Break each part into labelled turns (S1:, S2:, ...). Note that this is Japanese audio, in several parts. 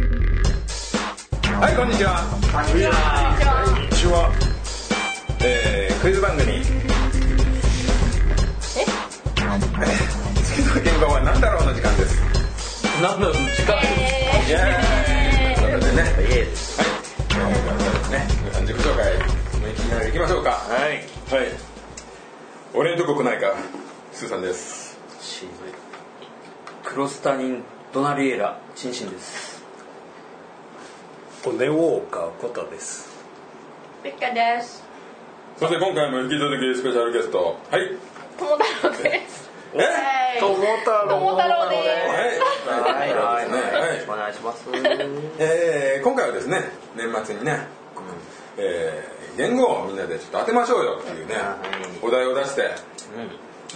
S1: はいこんにちはこんにちはこんにちは、えー、クイズ番組え次の現場は何だろうの時間です
S2: 何の時間
S1: イエーイということでねはい今日もね皆さん自己紹介もいきなりいきましょうかは
S2: はい
S1: い俺んとこ来ないかスーさんです
S2: しんどいクロスタニンドナリエラチンシンです
S3: 骨ウォーカーことです
S4: ベッカです。
S1: そして今回も引き続きスペシャルゲストはい
S4: 友太郎です。
S1: え
S4: 友
S3: 太
S4: 太郎で
S1: はい、はい、そうですね。はい、
S2: お願いします
S1: えー今回はですね、年末にね、えー言語をみんなでちょっと当てましょうよっていうね
S2: はい、
S1: お題を出して、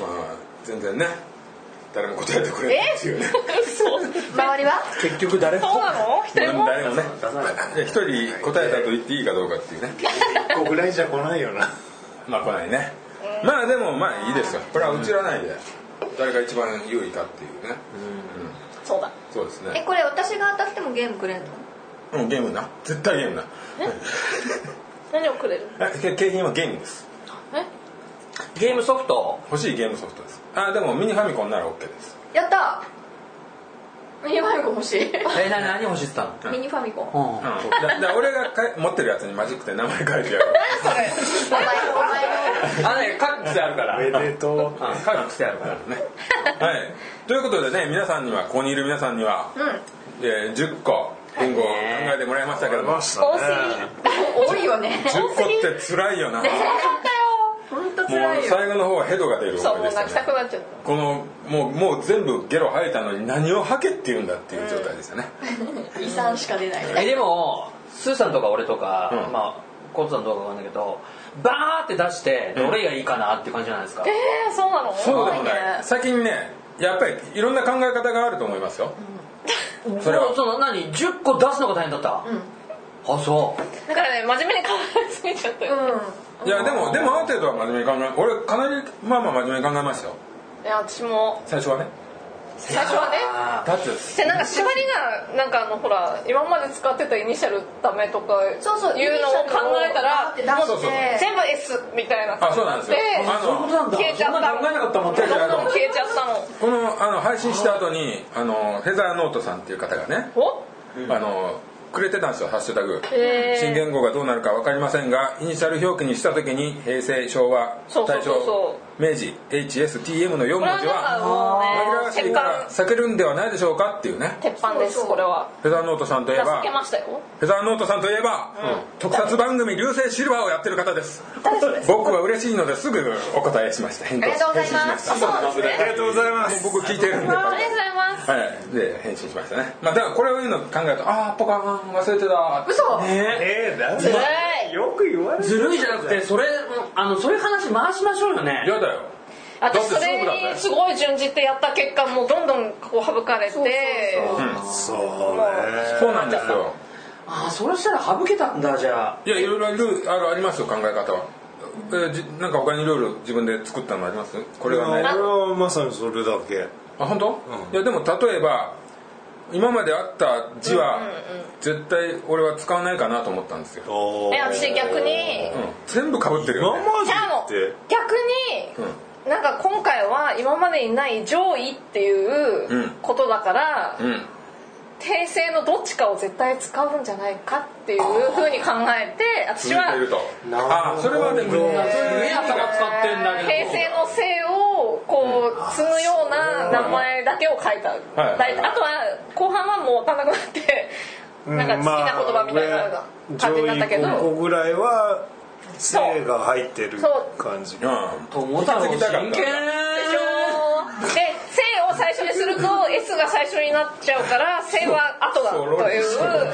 S1: まあ全然ね、誰も答えてくれないっていうね、
S4: す。嘘。周りは？
S3: 結局誰
S4: そうなの？一人も？
S1: 誰もね、
S2: 出さない
S1: 一人答えたと言っていいかどうかっていうね、
S3: 個ぐらいじゃ来ないよな
S1: まあ来ないね。まあでもまあいいですよ。これはうちらないで、誰が一番優位かっていうね。
S4: そうだ。
S1: そうです
S4: え
S1: ね。
S4: これ私が当たってもゲームくれるの？
S1: うんゲームな、絶対ゲームな。
S4: 何をくれる？
S1: えけ景品はゲームです。
S4: え？
S2: ゲームソフト
S1: 欲しいゲームソフトですあでもミニファミコンなら OK です
S4: やった。ミニファミコン欲しい。
S2: え何何欲しいって言った
S4: ミニファミコン。お
S2: の
S1: だだ俺がか持ってるやつにマジックで名前書いてやる
S4: 前お前の。
S2: あね各癖あるから
S3: おめでとう
S2: うん各癖あるから
S1: ねはいということでね皆さんにはここにいる皆さんには、
S4: うん。
S1: えー10個言語を考えてもらいましたけども、
S4: 多すぎ。多いよね。多す
S1: 10個
S4: ぎ。
S1: って辛いよなも
S4: ね
S1: う
S4: え。本当辛いよ。
S1: 最後の方はヘドが出る
S4: そう
S1: 思い
S4: も
S1: で
S4: う
S1: すよ
S4: 泣き
S1: ね
S4: たくなっちゃった。
S1: このもうもう全部ゲロ吐いたのに何を吐けって言うんだっていう状態でしたね、
S4: 遺産しか出ない。
S2: えでもスーさんとか俺とか、
S1: うん
S2: まあコウさんとかわかんないけどバーって出してどれがいいかなっていう感じじゃないですか、
S4: えー、そうなの？
S1: そうで
S4: 多
S1: も
S4: ね
S1: ない先にねやっぱりいろんな考え方があると思いますよ、それは
S2: もうその何10個出すのが大変だった、あそう
S5: だからね真面目に考えすぎちゃったよ、
S4: う
S1: いやでもでもある程度は真面目に考え俺かなりまあまあ真面目に考えましたよ
S5: いや私も
S1: 最初はね
S5: 最初はね
S2: あ
S1: だって
S5: でなんか縛りがなんかあのほら今まで使ってたイニシャルダメとかいうの
S4: そう
S5: を考
S4: そう
S5: えたら
S4: イニシャルを
S1: そうそうそう
S5: 全部 S みたいな
S1: あそうなんですよあ
S2: そういうことなんだ
S5: 消えちゃった
S2: そんな考えなかったもん
S1: いやいや
S5: 消えちゃったの
S1: このあの配信した後にあのフェザーノートさんっていう方がね、
S5: お
S1: あのくれてたんですよハッシュタグ、
S5: え
S1: 新言語がどうなるか分かりませんがイニシャル表記にした時に平成昭和
S5: そうそう
S1: 大
S5: そう
S1: 正
S5: そ
S1: 明治 HSTM の4
S5: これは
S1: 文字
S5: なん
S1: は
S5: かも
S1: 紛ら
S5: う
S1: わ
S5: ね
S1: し
S5: 鉄
S1: いから
S5: 板
S1: 避けるんではないでしょうかっていうね
S5: 鉄板で
S4: そうそ
S5: す
S4: う
S5: これは
S1: フェザーノートさんといえば
S5: 助けましたよ
S1: フェザーノートさんといえば、特撮番組「流星シルバー」をやってる方です僕は嬉しいのですぐお答えしました返答
S4: ありがとうございます
S1: 返信しま
S4: あそうなんですね
S1: ありがとうございます僕聞いてるんで
S5: ありがとうございます
S1: はいで返信しましたねまあだからこれを言うの考えるとああポカーン忘れてた
S4: 嘘
S2: ね
S3: えー、だ
S5: ずるい
S3: よく言われ
S2: ずるいじゃなくてそれあのそれ話回しましょうよね
S1: 嫌だよ
S5: 私
S1: だ
S5: そ
S1: って勝負だった
S5: れ
S1: よ
S5: にすごい順じてやった結果もうどんどんこう省かれて
S4: そうそうそう
S3: そう
S1: そうなんですよ
S2: ああそれしたら省けたんだじゃ
S1: いやいろいろルールあるありますよ考え方はえーじなんか他にルール自分で作ったのありますこれはない
S3: 俺はまさにそれだけ
S1: あ本当、いやでも例えば今まであった字は絶対俺は使わないかなと思ったんですよ、
S3: おー
S5: え私逆に
S1: うん全部かぶってる
S3: 今
S1: よ、ね、
S3: ま
S5: じゃあもう
S3: でって
S5: 逆に、なんか今回は今までにない上位っていうことだから、
S1: うん
S5: 訂正のどっちかを絶対使うんじゃないかっていうふうに考えて私
S1: 続い
S5: は
S1: てると
S2: なるほど
S1: あそれはね無駄なそ
S2: あ
S1: れ
S2: 目頭使ってんだけど
S5: 訂正の性をこう積むような名前だけを書いた、
S1: はい
S5: だいあとは後半はもう分かんなくなって
S3: うん
S5: なんか好きな言葉みたいなのが感じになったけど、
S3: まあ上位5個ぐらいは性が入ってる
S5: そう
S3: 感じ
S1: うん
S2: あ友太郎
S1: 引き継ぎたかっ
S2: 真
S1: た
S2: 剣
S5: でしょで「せ」を最初にすると S が最初になっちゃうから「せ」は後だと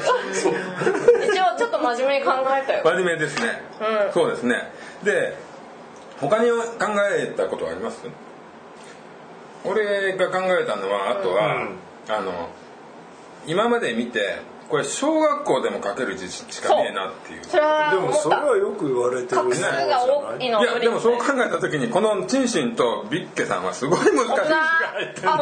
S5: いう一応ちょっと真面目に考えたよ
S1: 真面目ですね、そうですねで他に考えたことはあります俺が考えたのはあとは、あの今まで見てこれ小学校でも書ける字しかねえなっていう
S5: それは
S3: で
S5: 思
S3: も
S5: っ
S3: それ
S5: た
S3: はよく言われてる
S5: 画数が多い
S1: い
S5: のは
S1: や
S5: 無理
S1: でもそう考えた時にこのチンシンとビッケさんはすごい難しい字が入ってる
S4: あ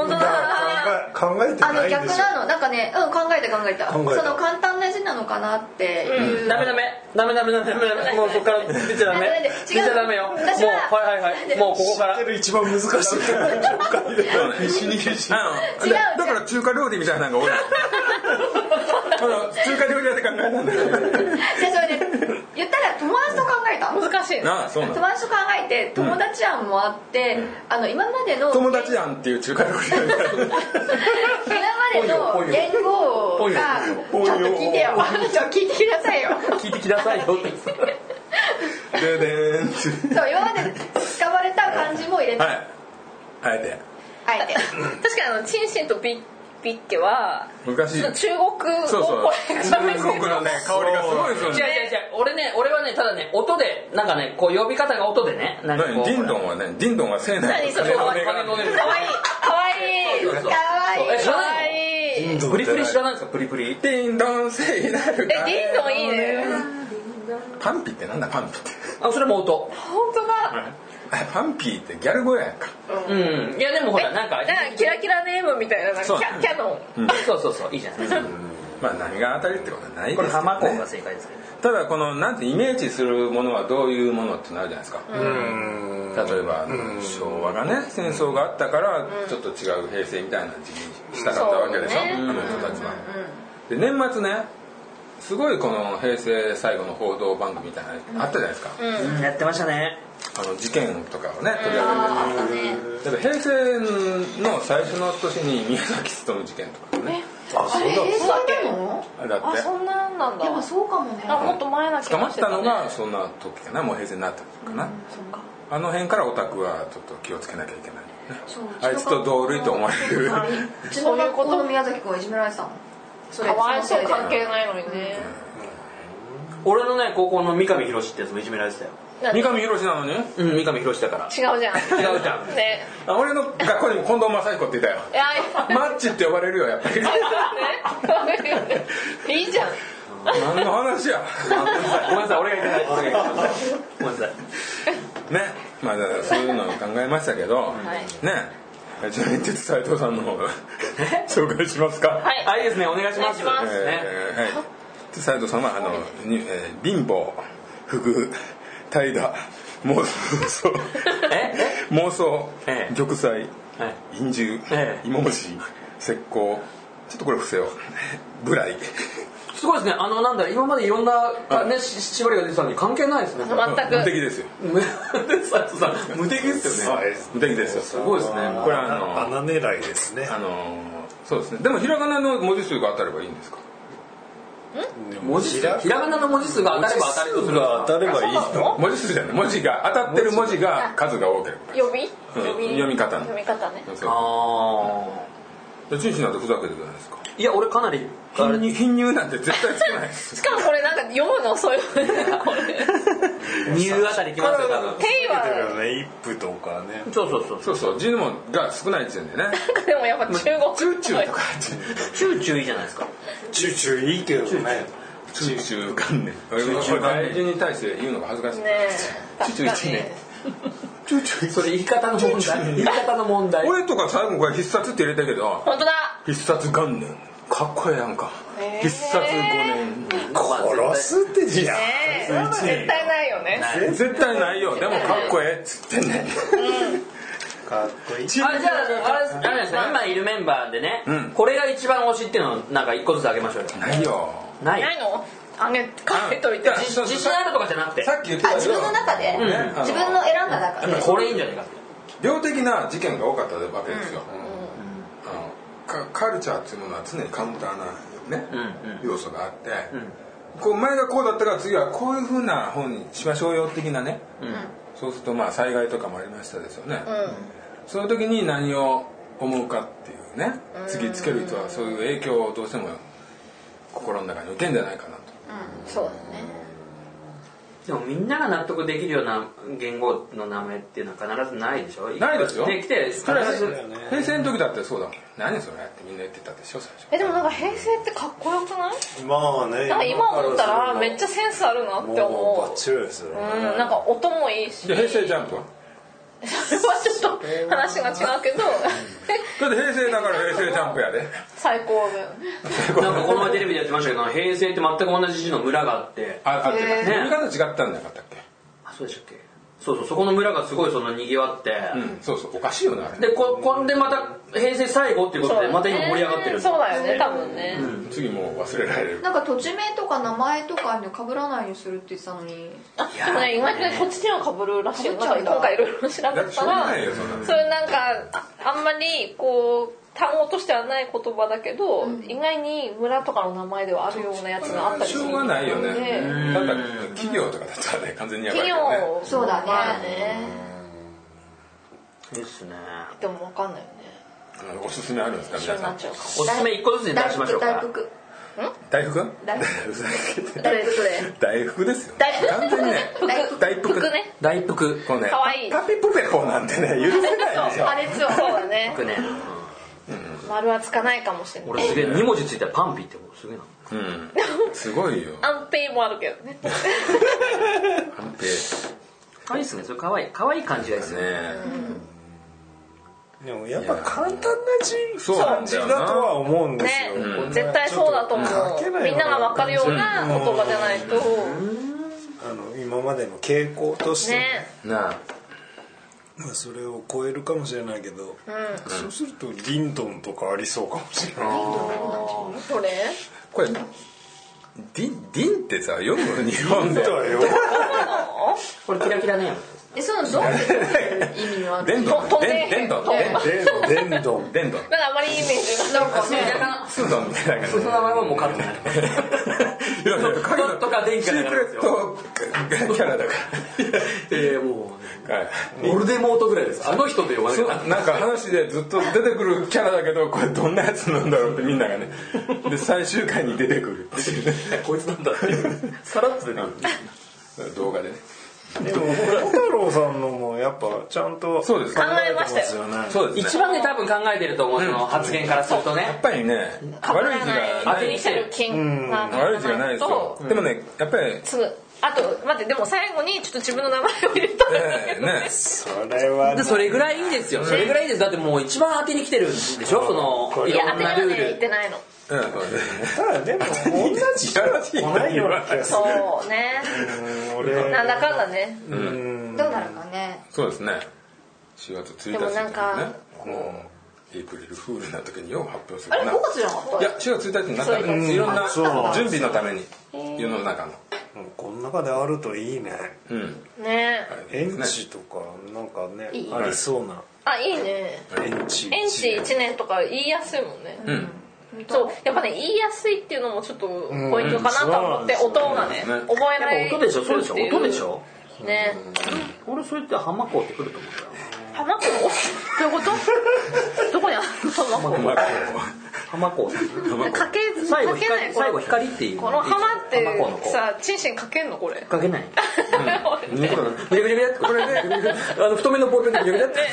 S4: 本当だ
S3: 考え考えて
S4: あ
S3: な
S4: の
S3: いん
S4: 逆
S3: でしょ
S4: なのなんかねうん考えた考えた
S3: 考えた
S4: その簡単な字なのかなっていう、
S2: ダメダメダメダメダメダメもうそこから出ちゃダメ
S4: ダメダメ
S2: 出ちゃダメよもうはい
S4: 私は
S2: はいはいもうここから
S3: 知ってる一番難しい業 界で必死に必死に
S1: あの
S4: 違う違う
S1: だだから中華料理みたいなのが多いあの中華料理屋で考えたんだよ
S4: じゃあそれで言ったら友達と考えた
S5: 難しい
S1: なあそうな
S4: 友
S1: の
S4: 達と考えて友達案もあって、あの今までの
S1: 友達やんっていう中華料理屋みたいな
S4: 今までの言語がちょっと聞いてよちょっと聞いてくださいよ
S2: 聞いてきなさいよって
S1: ででーんって
S4: そう今まで使われた漢字も入れて、
S1: はいあえ
S4: あえて
S5: 確かにあのチンシンとビッビッケは
S1: て難しい
S5: ちょっと中国
S1: そう
S5: 語
S1: そ
S5: こ
S1: う
S5: れ
S1: 中
S5: が
S1: 国のね香りがすごいする
S2: 違う違う違う俺ね俺はねただね音でなんかねこう呼び方が音でねなんかこう
S1: ディンドンはねディンドンは聖なる
S5: 何それ
S1: 金の女神
S5: かわいいかわいい
S2: そうそうそう
S4: かわいい
S2: え知
S5: からわ
S2: ない
S5: いいえ
S2: のプリプリ知らないんですかプリプリ
S1: ディンドン聖なる
S5: デ
S1: 金の
S5: ィンドンいいね
S1: パンピってなんだパンピって
S2: あそれも音
S5: 本当だ
S1: あパンピーってギャル語やんか
S2: うんいやでもほらなんか
S5: なんかキラキラネームみたいななんかキャキャノン
S2: そうそうそういいじゃないですか
S1: まあ何が当たりってことはないです
S2: こ
S1: け
S2: れ
S1: ど
S2: 浜港
S1: ね
S2: が正解ですけど
S1: ただこのなんてイメージするものはどういうものってなるじゃないですか
S3: うん
S1: 例えばあの昭和がね戦争があったからちょっと違う平成みたいな時期にしたかったわけでしょ
S5: そうね
S1: あの人たちはで年末ねすごいこの平成最後の報道番組みたいなのあったじゃないですか
S2: うんやってましたね
S1: あの事件とかをね取り上げて
S4: あーあったね
S1: だから平成の最初の年に宮崎勤事件とかね
S3: あそ
S4: あ
S3: う
S4: れ
S3: だ
S4: 平成なの
S1: だっ
S5: あ
S1: て
S5: そんなんなんだ
S4: でもそうかもね
S5: あもっと前な気
S1: 捕ま
S5: が
S1: っ
S5: して
S1: た
S5: た
S1: の
S5: ね
S1: がそんな時かなもう平成になった時かな、
S4: そっか
S1: あの辺からオタクはちょっと気をつけなきゃいけない
S4: そう
S1: あいつと同類と思われる
S4: うちの学校の宮崎君はいじめられてたのそれ
S5: かわいそう
S4: のせい
S5: 関
S4: で
S5: 係ないのにね
S2: 俺のね高校の三上博史ってやつもいじめられてたよ
S5: なん
S1: 三
S5: か違う
S1: 上博史なのに
S2: うん三上博史だから
S5: じゃん
S2: 違
S5: 違
S2: うじゃん
S5: ね
S1: あ俺の学校にも近藤正彦っていたよ
S5: いや
S1: マッチって呼ばれるよやっぱり
S5: ねいいじゃん
S1: 何の話や
S2: ごめんなさい俺がいけ ない俺がいけないごめんなさい
S1: ねまあだからそういうのを考えましたけど、
S5: はい
S1: ねじゃあ演説斎藤さんの方が紹介しますか
S5: はい
S2: あいいですねお願いします
S5: お願いします
S2: ね
S1: えーはいで斉藤さんはあの、にえー貧乏服怠惰妄想
S2: え
S1: 妄想
S2: ええ
S1: 玉砕
S2: はい
S1: 陰獣
S2: ええ
S1: 芋虫石膏ちょっとこれ伏せよう無頼
S2: すごいですねあのなんだろう今までいろんなか
S1: はい
S2: ねし縛りが出てたのに関係ないですね
S5: 全
S1: 無
S5: く
S1: 敵ですよ
S2: 無さんさ無敵ですよね
S1: 無敵ですよす
S2: すごいですね
S1: これあの
S3: 穴狙いですね
S1: あのーそうですねでもひらがなの文字数が当たればいいんですか
S2: 文字
S3: ひ
S2: 数
S3: ら
S2: ひらがなの文字数が当たれば当たりとする
S3: が当たればいいの
S1: 文字数じゃない文字が当たってる文字が数が多ければ
S5: 読み
S1: うん読み方の
S5: 読み方ね
S1: そう
S2: あ
S1: でチンシなんてふざけてるじゃないですか
S2: ーいや俺かなりあ
S1: 貧
S2: れ
S1: 乳貧乳なんて絶対つけないです
S5: しかもこれなんか読むの遅いよねこれ
S2: ニューあたりきますよ多分
S5: ペイ
S3: だか
S5: は
S3: らね一歩とかね
S2: そうそうそう
S1: そうそう字もが少ない時点でね
S5: でもやっぱ中
S1: チュー
S5: 国
S1: チューとかチ
S2: チューチューいいじゃないですか
S3: チューチューいいけどね
S1: ューチュー観念これ大事に対して言うのが恥ずかしい
S5: ねえ
S1: チューチュー一年チューチュー
S2: それ言い方の問題言い方の問題
S1: 俺とか最後これ必殺って入れたけど
S5: 本当だ
S1: 必殺元年かっこええやんか必殺5年
S3: 殺すって字や
S5: ねえそれは絶対ないよね
S2: ない
S1: 絶対ないよでもかっこええっつってんね
S3: かっこいい
S1: チュ
S2: あじゃああれダメですね今いるメンバーでね、
S1: うん
S2: これが一番推しっていうのをなんか一個ずつあげましょうよ
S1: ないよ
S2: ない
S5: ないのあげかけといて
S1: あ
S2: 自自信あるとかじゃなくて
S1: さっき言って
S4: あ
S1: た
S4: 自
S1: けど
S4: 分の中で、
S1: ねあ
S4: 自分の選んだ中で
S2: これいいんじゃないか
S1: 量的な事件が多かったわけですよ、あのかカルチャーっていうものは常にカウンターな、ね
S2: うんうん
S1: 要素があって、こう前がこうだったから次はこういうふうな本にしましょうよ的なね、そうするとまあ災害とかもありましたですよね、その時に何を思うかっていうね次つける人はそういう影響をどうしても心の中に受けんじゃないかなと
S5: そうだね
S2: でもみんなが納得できるような言語の名前っていうのは必ずないでしょ
S1: ないですよ
S2: できて
S1: それは
S2: 必ず
S1: 平成の時だってそうだもん何それってみんな言ってたでしょ最初
S5: えでもなんか平成ってかっこよくない
S3: まあね
S5: なんか今思ったらめっちゃセンスあるな
S3: も
S5: って
S3: うバ
S5: 思
S3: ッチリですよ、
S5: ううんなんか音もいいし
S1: じゃあ平成ジャンプは
S5: それはちょっと話が違うけど
S1: だって平成だから平成ジャンプやで
S5: 最高だよね
S2: なんかこの前テレビでやってましたけど平成って全く同じ字の村があって
S1: ああって
S5: へ
S2: ー
S1: 読み方違ったんじゃなかったっけ
S2: あそうでしたっけそうそうそこの村がすごいそのにぎわって、
S1: うんそうそうおかしいよねあれ
S2: でここんでまた平成最後っていうことでまた今盛り上がってるんです
S5: そ
S2: よ
S5: うだよね多分ね、
S1: 次もう忘れられる
S4: なんか土地名とか名前とかには被らないようにするって言ってたのに
S5: あでもね意外とねこっちにはかぶるらしいよ
S4: 被っち
S5: な
S4: ゃ
S5: ん
S4: うんだ
S5: か今回いろいろ調べた
S1: だ
S5: ら
S1: ってしょうがないよそんなの
S5: それなんかああんまりこう単語としてはない言葉だけど、意外に村とかの名前ではあるようなやつがあったり
S1: し
S5: する
S1: ょ
S5: の
S1: う
S5: で
S1: がないよね
S5: ね
S1: ただ企業とかだったらね完全にやばい
S5: 企
S1: け
S5: 業
S1: どね
S4: そうだね
S5: まあね
S2: ですね
S5: でも分かんないよね
S1: あのおすすめあるんですか
S5: 一
S1: 皆
S5: 緒に
S1: さ
S5: なっ
S1: ん
S5: ちゃうかも
S2: おすすめ一個ずつに出しましょう
S4: 大
S2: か
S4: 福
S1: 大福
S4: 大
S1: ふざけて
S4: 大福どれ
S1: 大福ですよ
S5: 大福
S1: 完全にね
S4: 大
S5: 福
S1: 大福
S5: 服ね
S2: 大福
S1: このね
S5: かわいい
S1: パピプペポなんてね許せないでしょ
S5: 破裂はそうだね
S2: ね、
S5: 丸はつかないかもしれ
S2: うん
S5: な
S2: 俺
S5: い
S2: すげえ2文字ついたらパンピーってことすげえな
S1: うん すごいよ
S5: 安定もあるけどね
S1: 安定
S2: 可愛いっすねそれ可愛い可愛い感じがいいっすね
S1: ね
S3: でもやっぱ簡単な字
S1: そうなん
S3: 感
S1: だ
S3: じ
S1: よ
S3: だ
S1: な
S3: とは思うんです
S5: ね
S3: よ、こんな
S5: 絶対そうだと思
S3: ちょっ書けな
S5: う
S3: い
S5: みんなが分かるような言葉じゃないと
S3: あの今までの傾向として、
S5: ね
S1: なあ
S3: まあそれを超えるかもしれないけど、そうするとリンドンとかありそうかもしれない、
S5: それ
S1: これディンディンってさ読むの日本で
S3: だよ
S2: これキラキラね
S4: えそのどう いう意味はある
S1: デン ドン
S5: と
S1: デンデン
S5: と
S1: ドン
S5: と
S3: デンデンドン
S1: デンドン
S5: なんかあまりイメージがなんかね
S1: スードンみたいな
S2: そ
S1: 感
S2: の
S1: じ
S2: 名前はもうカットになる
S1: いやいや
S2: ドンとか電気
S1: シ
S2: が流
S1: ー
S2: れ
S1: ク
S2: るん
S1: レ
S2: で
S1: ッ
S2: すよ
S1: トキャラだか
S2: えー、もうね
S1: ら はい
S2: ヴォルデモートぐらいですあの人と呼ばれ
S1: そ
S2: る
S1: うなんか話でずっと出てくるキャラだけどこれどんなやつなんだろうってみんながねで最終回に出てくるっていうね
S2: こいつなんだっていうさらっと出てく る
S1: 動画でね
S3: でも小太郎さんのもやっぱちゃんと
S1: そうです
S3: 考
S1: 考
S5: え
S3: えて
S5: ま
S3: ま
S5: したよ
S3: すよね
S1: そうです
S2: 一
S1: ね
S2: 番ね多分考えてると思うその発言からすると
S1: や
S2: ね
S1: っぱりね悪い字が
S5: 当
S1: な
S5: て
S1: い
S5: にしてる金が
S1: 悪い字がないですよ
S5: と
S1: でもねやっぱ りね
S5: すぐあと待ってでも最後にちょっと自分の名前を入れたんだけど
S1: ね
S3: それは
S2: でそれぐらいいいですよそれぐらいいいですだってもう一番当てに来てるんでしょそのい
S5: いや
S2: ろ
S5: 当
S2: ん
S5: て
S2: な
S5: には
S2: ル
S5: ね言
S2: ー
S5: っ
S2: ル
S5: てないの
S1: うんそうね
S3: ただでも同じ
S1: いやらしい
S3: じゃないような気がする
S5: そうね
S3: 俺
S5: なんだかんだね
S3: うん
S4: どうなるかね
S1: そうですね4月1日
S5: でもなんか
S1: ですねもうエイプリルフールな時によう発表す
S4: あれ
S1: るな
S4: 5月じゃなかっ
S1: いや4月1日になったんですいろんな
S3: そうなんだ
S1: 準備のために世の中の
S3: もうこの中であるといいね
S1: うん
S5: ね
S3: エン
S1: ね
S3: チとかなんかね
S5: いい
S3: ありそうな
S5: あいいね
S3: エンチ
S5: 園地1年とか言いやすいもんね
S1: うん
S5: そうやっぱね言いやすいっていうのもちょっとポイントかなと思って
S3: うん
S5: 音がね
S1: そうなんです
S5: 覚えな
S2: やっ
S5: い
S2: ぱ音でしょそうでしょ音でしょ
S5: ね
S2: 俺それって浜校ってくると思う
S5: 浜子どういう ことどこにあるの浜
S1: う
S5: 子
S1: まく
S2: 浜校
S5: かけ
S2: 最後
S5: かけな
S2: 光
S5: いこ
S2: 最後
S5: れ
S2: 光っていう
S5: この浜って
S2: 浜校の子
S5: さチンシンかけんのこれ
S2: かけない
S1: うんそう だね
S2: ぐちゃぐちゃぐちゃってこれ であの太めのボールペンでぐちゃぐちゃって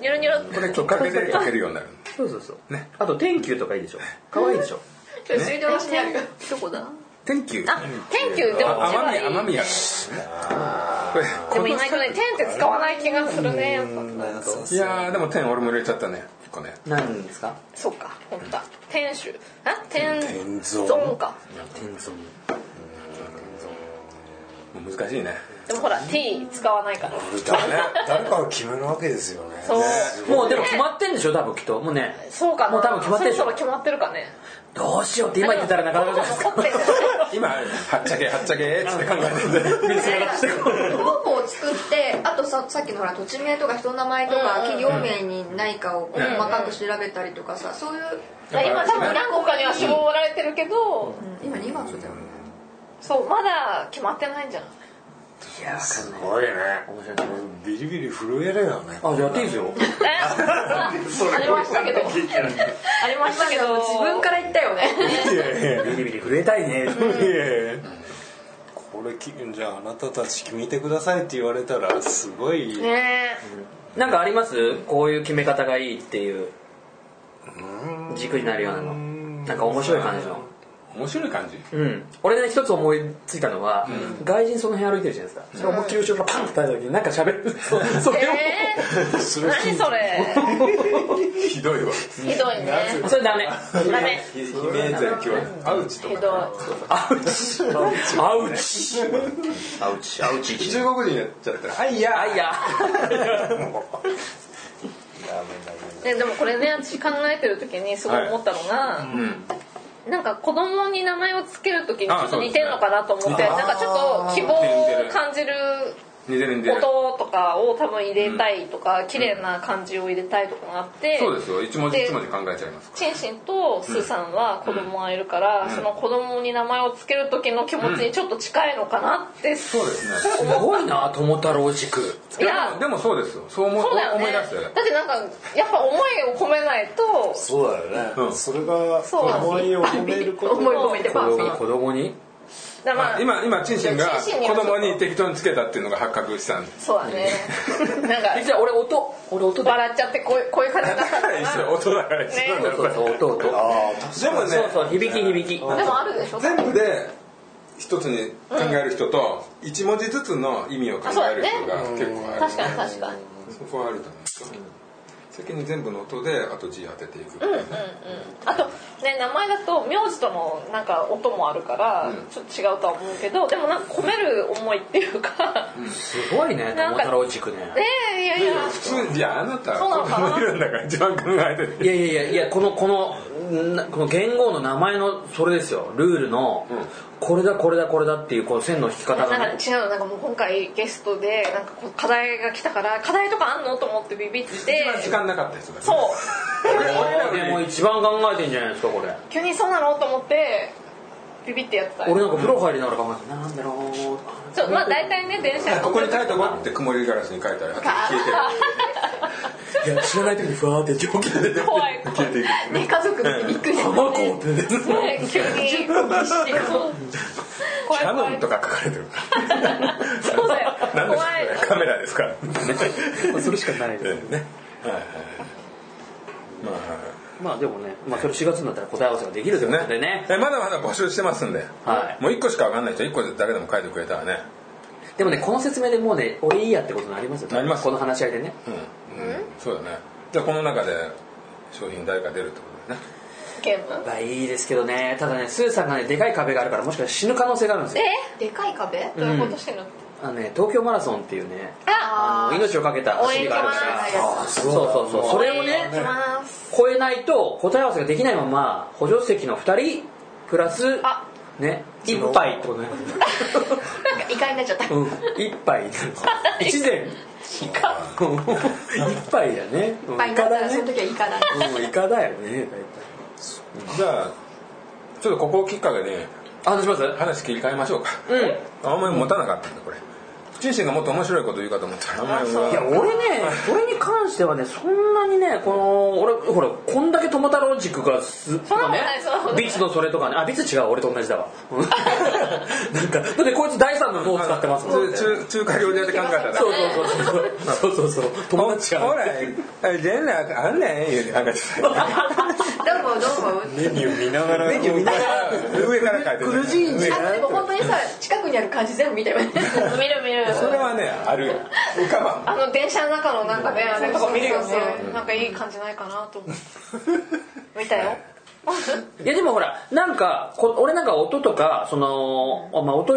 S5: ニョロニョロ
S1: これきっかけで書けるようになる
S2: そうそうそうあと天球とかいいでしょ可愛いでしょ
S4: た水道橋にある
S5: どこだ
S1: 天球
S5: あ天球でも
S1: 奄美
S5: 違う
S1: 奄美や
S5: で
S1: こ
S5: も
S1: れ
S5: 意外とね天って使わない気がするねやっぱ
S1: いやーでも天俺も入れちゃったね一個ね
S2: 何ですか
S5: そうか本当だ天守あ天
S3: 天蔵
S5: ゾンか
S2: 天蔵
S1: もう難しいね
S5: でもほら T 使わないから
S3: これ誰誰かが決めるわけですよね
S5: そう
S2: もうでも決まってんでしょ多分きっともうね
S5: そうかな
S2: もう多分決まってるでし
S5: そ
S2: ょ
S5: ろそろ決まってるかね
S2: どうしようって今言ってたらなか なかじゃないですか
S5: 残ってる
S1: 今はっちゃけはっちゃけーっつって考えてるんで
S4: 候補を作ってあとささっきのほら土地名とか人の名前とか企業名にないかを細かく調べたりとかさそういう
S5: 今多分何個かには絞られてるけど、
S4: 今2月だよね
S5: そうまだ決まってないんじゃない
S2: いやーわかんない
S3: ごいね
S2: 面白いね
S3: ビリビリ震えるよね
S2: あじゃあやっていいですよ
S5: えありました けどありましたけど
S4: 自分から言ったよね
S3: いやいやい
S2: ビリビリ震えたいね
S3: やいやここれきじゃああなたたち聞いてくださいって言われたらすごい、
S5: ね
S2: なんかありますこういう決め方がいいっていう軸になるようなのなんか面白い感じの
S1: 面白い感じ
S2: うん俺ね一つ思いついたのは、外人その辺歩いてるじゃないですかそれ思いっきり後ろからパンって叩いた時になんか喋る そそ
S5: え
S2: れを、
S5: え
S3: そ
S5: ー、
S3: れ
S5: 何それ
S1: ひどいわ
S5: ひどいね
S2: それダメ
S5: ダメ
S1: 姫前教アウチと
S5: ひ
S1: か
S5: どい
S2: アウチアウチアウチアウチ
S1: 中国人やっちゃったら「はいや
S2: あいや
S5: ね、でもこれね私考えてる時にすごい思ったのが、なんか子供に名前を付ける時にちょっと似てるのかなと思って、なんかちょっと希望を感じる
S1: 似てる似てる
S5: 音とかを多分入れたいとか、綺麗な漢字を入れたいとかがあって、
S1: そうですよ一文字
S5: で
S1: 一文字考えちゃいます
S5: チンシンとスーさんは子供がいるから、その子供に名前を付ける時の気持ちにちょっと近いのかなって、
S1: そうですね
S2: すごいな友太郎軸
S5: い
S1: で
S5: や
S1: もでもそうですよそう思い
S5: そうだよ
S1: 思
S5: ね
S1: い
S5: だ
S1: 出
S5: っ
S1: してて
S5: なんかやっぱ思いを込めないと
S3: そうだよね、
S1: うん
S3: それが
S5: そうなんです
S3: 思いを込めること
S5: 思い込めて
S2: 子
S5: パン
S2: 供子供に
S5: だからまあ
S1: 今今チンシンが
S5: チンシンには
S1: 子供に適当につけたっていうのが発覚したんで
S5: そうだね。なんか、
S2: じゃあ俺音俺音だ
S5: 笑っちゃってこういう、こういう感じになった
S1: だから一緒
S5: か
S1: 音だから一緒なんだよこ
S2: そうそう
S1: れ
S2: そう音音
S3: ああ
S1: でもね
S2: そうそう響き響き
S5: な。でもあるでしょ。
S1: 全部で一つに考える人と一文字ずつの意味を考える人が結構ある
S5: 確かに確かに。
S1: そこはあると思うんですよ先に全部の音であと字当てていく
S5: あとね名前だと名字とのなんか音もあるから
S1: ん
S5: ちょっと違うとは思うけど、でもなんか込める思いって いうか、
S2: すごいね
S5: なん
S2: 友
S5: か
S2: 太郎軸ね
S5: ねえいやいや。
S1: 普通いやあなた
S5: そうなの
S1: 子
S5: かな
S1: 供いるんだから一番考えてて
S2: いやいやいやいやこのこのなこの元号の名前のそれですよルールの、
S1: ん
S2: これだこれだこれだっていうこの線の引き
S5: な
S2: 方
S5: んか
S2: がね
S5: 違うのなんかもう今回ゲストでなんかこう課題が来たから課題とかあんのと思ってビビって
S1: 一番時間なかった人だ
S5: そう
S2: でも一番考えてんじゃないですかこれ
S5: 急にそうなのと思ってビビってやってた
S2: 俺なんか風呂入りながら考えてなんだろう
S5: そうまあ大体ね電車に
S1: ここに書いとこうって曇りガラスに書いたりあと消えてる
S2: いや知らない時にふわーって蒸気が出て
S5: 怖い怖
S1: 消え
S5: い
S1: ていく
S5: ね家族でびっくりし
S2: 卵
S5: て
S2: って出てる
S5: ね 急に怖い
S1: キャ
S5: 怖
S1: ノン
S5: い
S1: とか書かれてる
S5: そうだよ
S1: 何です
S5: 怖い
S1: かこれカメラですかね
S2: それしかないです
S1: はいはいまあ
S2: まあでもね、まあ、それ4月になったら答え合わせができるということでね
S1: えまだまだ募集してますんで、
S2: はい
S1: もう1個しか分かんない人1個だけでも書いてくれたらね
S2: でもねこの説明でもうね俺いいやってことになりますよ
S1: なります
S2: この話し合いでね
S1: うん、うん、そうだねじゃあこの中で商品誰か出るってことだね
S5: ゲーム
S2: まあいいですけどねただねスーさんがねでかい壁があるからもしかしたら死ぬ可能性があるんですよ
S5: え
S4: でかい壁
S5: どういうことしてるの
S2: あのね東京マラソンっていうねあ
S5: あ
S2: の命をかけた走りがあるか
S5: 応援
S2: ら
S5: 行
S2: あそうそうそうそれをね
S5: 行きます
S2: 超えないと答え合わせができないまま補助席の2人プラス
S5: あ
S2: ね一杯ってことね
S4: なんか意外になっちゃった
S2: うん一杯になる一膳
S5: いか
S2: うん一杯だねうん
S4: いっぱいになったらその
S2: イ
S4: 時はいいかだね
S2: カだねうんイカだよね
S1: じゃあちょっとここをきっかけに
S2: あどうします
S1: 話切り替えましょうか
S2: うん
S1: あんまり持たなかったんだこれチンシンがもっと面白いこと言うかと思ったらあんまり
S2: いや俺ねそれに関してはねそんなにねこの俺ほらこんだけ友太郎軸がす
S5: そんなこと
S2: ね
S5: ないそんなことない
S2: ビッツのそれとかねあビッツ違う俺と同じだ わうんなんかだってこいつ第三の脳使ってますもん
S1: 中
S2: そう
S1: 中中華料理屋で考えたら
S2: そうそうそうそうそうそう友達
S1: ほ
S2: が
S1: ら全裸あんねん言うて考えて
S4: どうもどうも
S3: メニュー見ながら
S1: たメニュー見ながら上から書いてる
S2: 苦しいんじゃ
S4: あでも本当にさ近くにある感じ全部見てるね
S5: 見る見る
S1: それはねあるよ浮かばん
S5: あの電車の中のなんかねあれとか見るよね
S4: そうそう
S5: なんかいい感じないかなと思う見たよ
S2: いやでもほらなんかこ俺なんか音とかその、まあ、音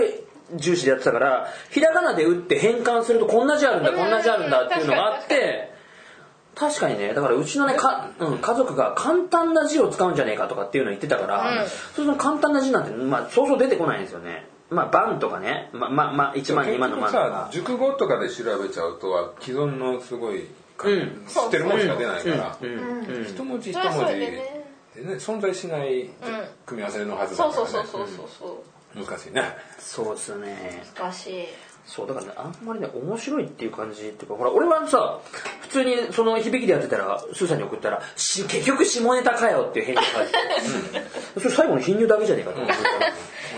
S2: 重視でやってたからひらがなで打って変換するとこんな字あるんだこんな字あるんだっていうのがあって確かにねだからうちのねか、うん、家族が簡単な字を使うんじゃねえかとかっていうのを言ってたから、そうその簡単な字なんて、まあ、そうそう出てこないんですよねまあ「番」とかね「ままま1万2万の万」と
S1: さ
S2: か。
S1: 熟語とかで調べちゃうとは既存のすごい、
S2: ん
S1: 知ってるものしか出ないから、
S2: うんうん
S1: 一文字一
S5: それはそ
S1: 文字
S5: れ
S1: で、
S5: で
S1: ね
S5: ね、
S1: 存在しない組み合わせのはずだ
S5: そう
S1: から、
S5: そ
S1: ね
S5: うそうそうそうそ
S1: 難しいね
S2: そうですね
S5: うらしい
S2: そうだからねあんまりね面白いっていう感じっていうかほら俺はさ普通にその響きでやってたらスーさんに送ったら「し結局下ネタかよ」っていう返事が返ってきて、うん、それ最後の貧乳だけじゃねえかと思って、
S1: う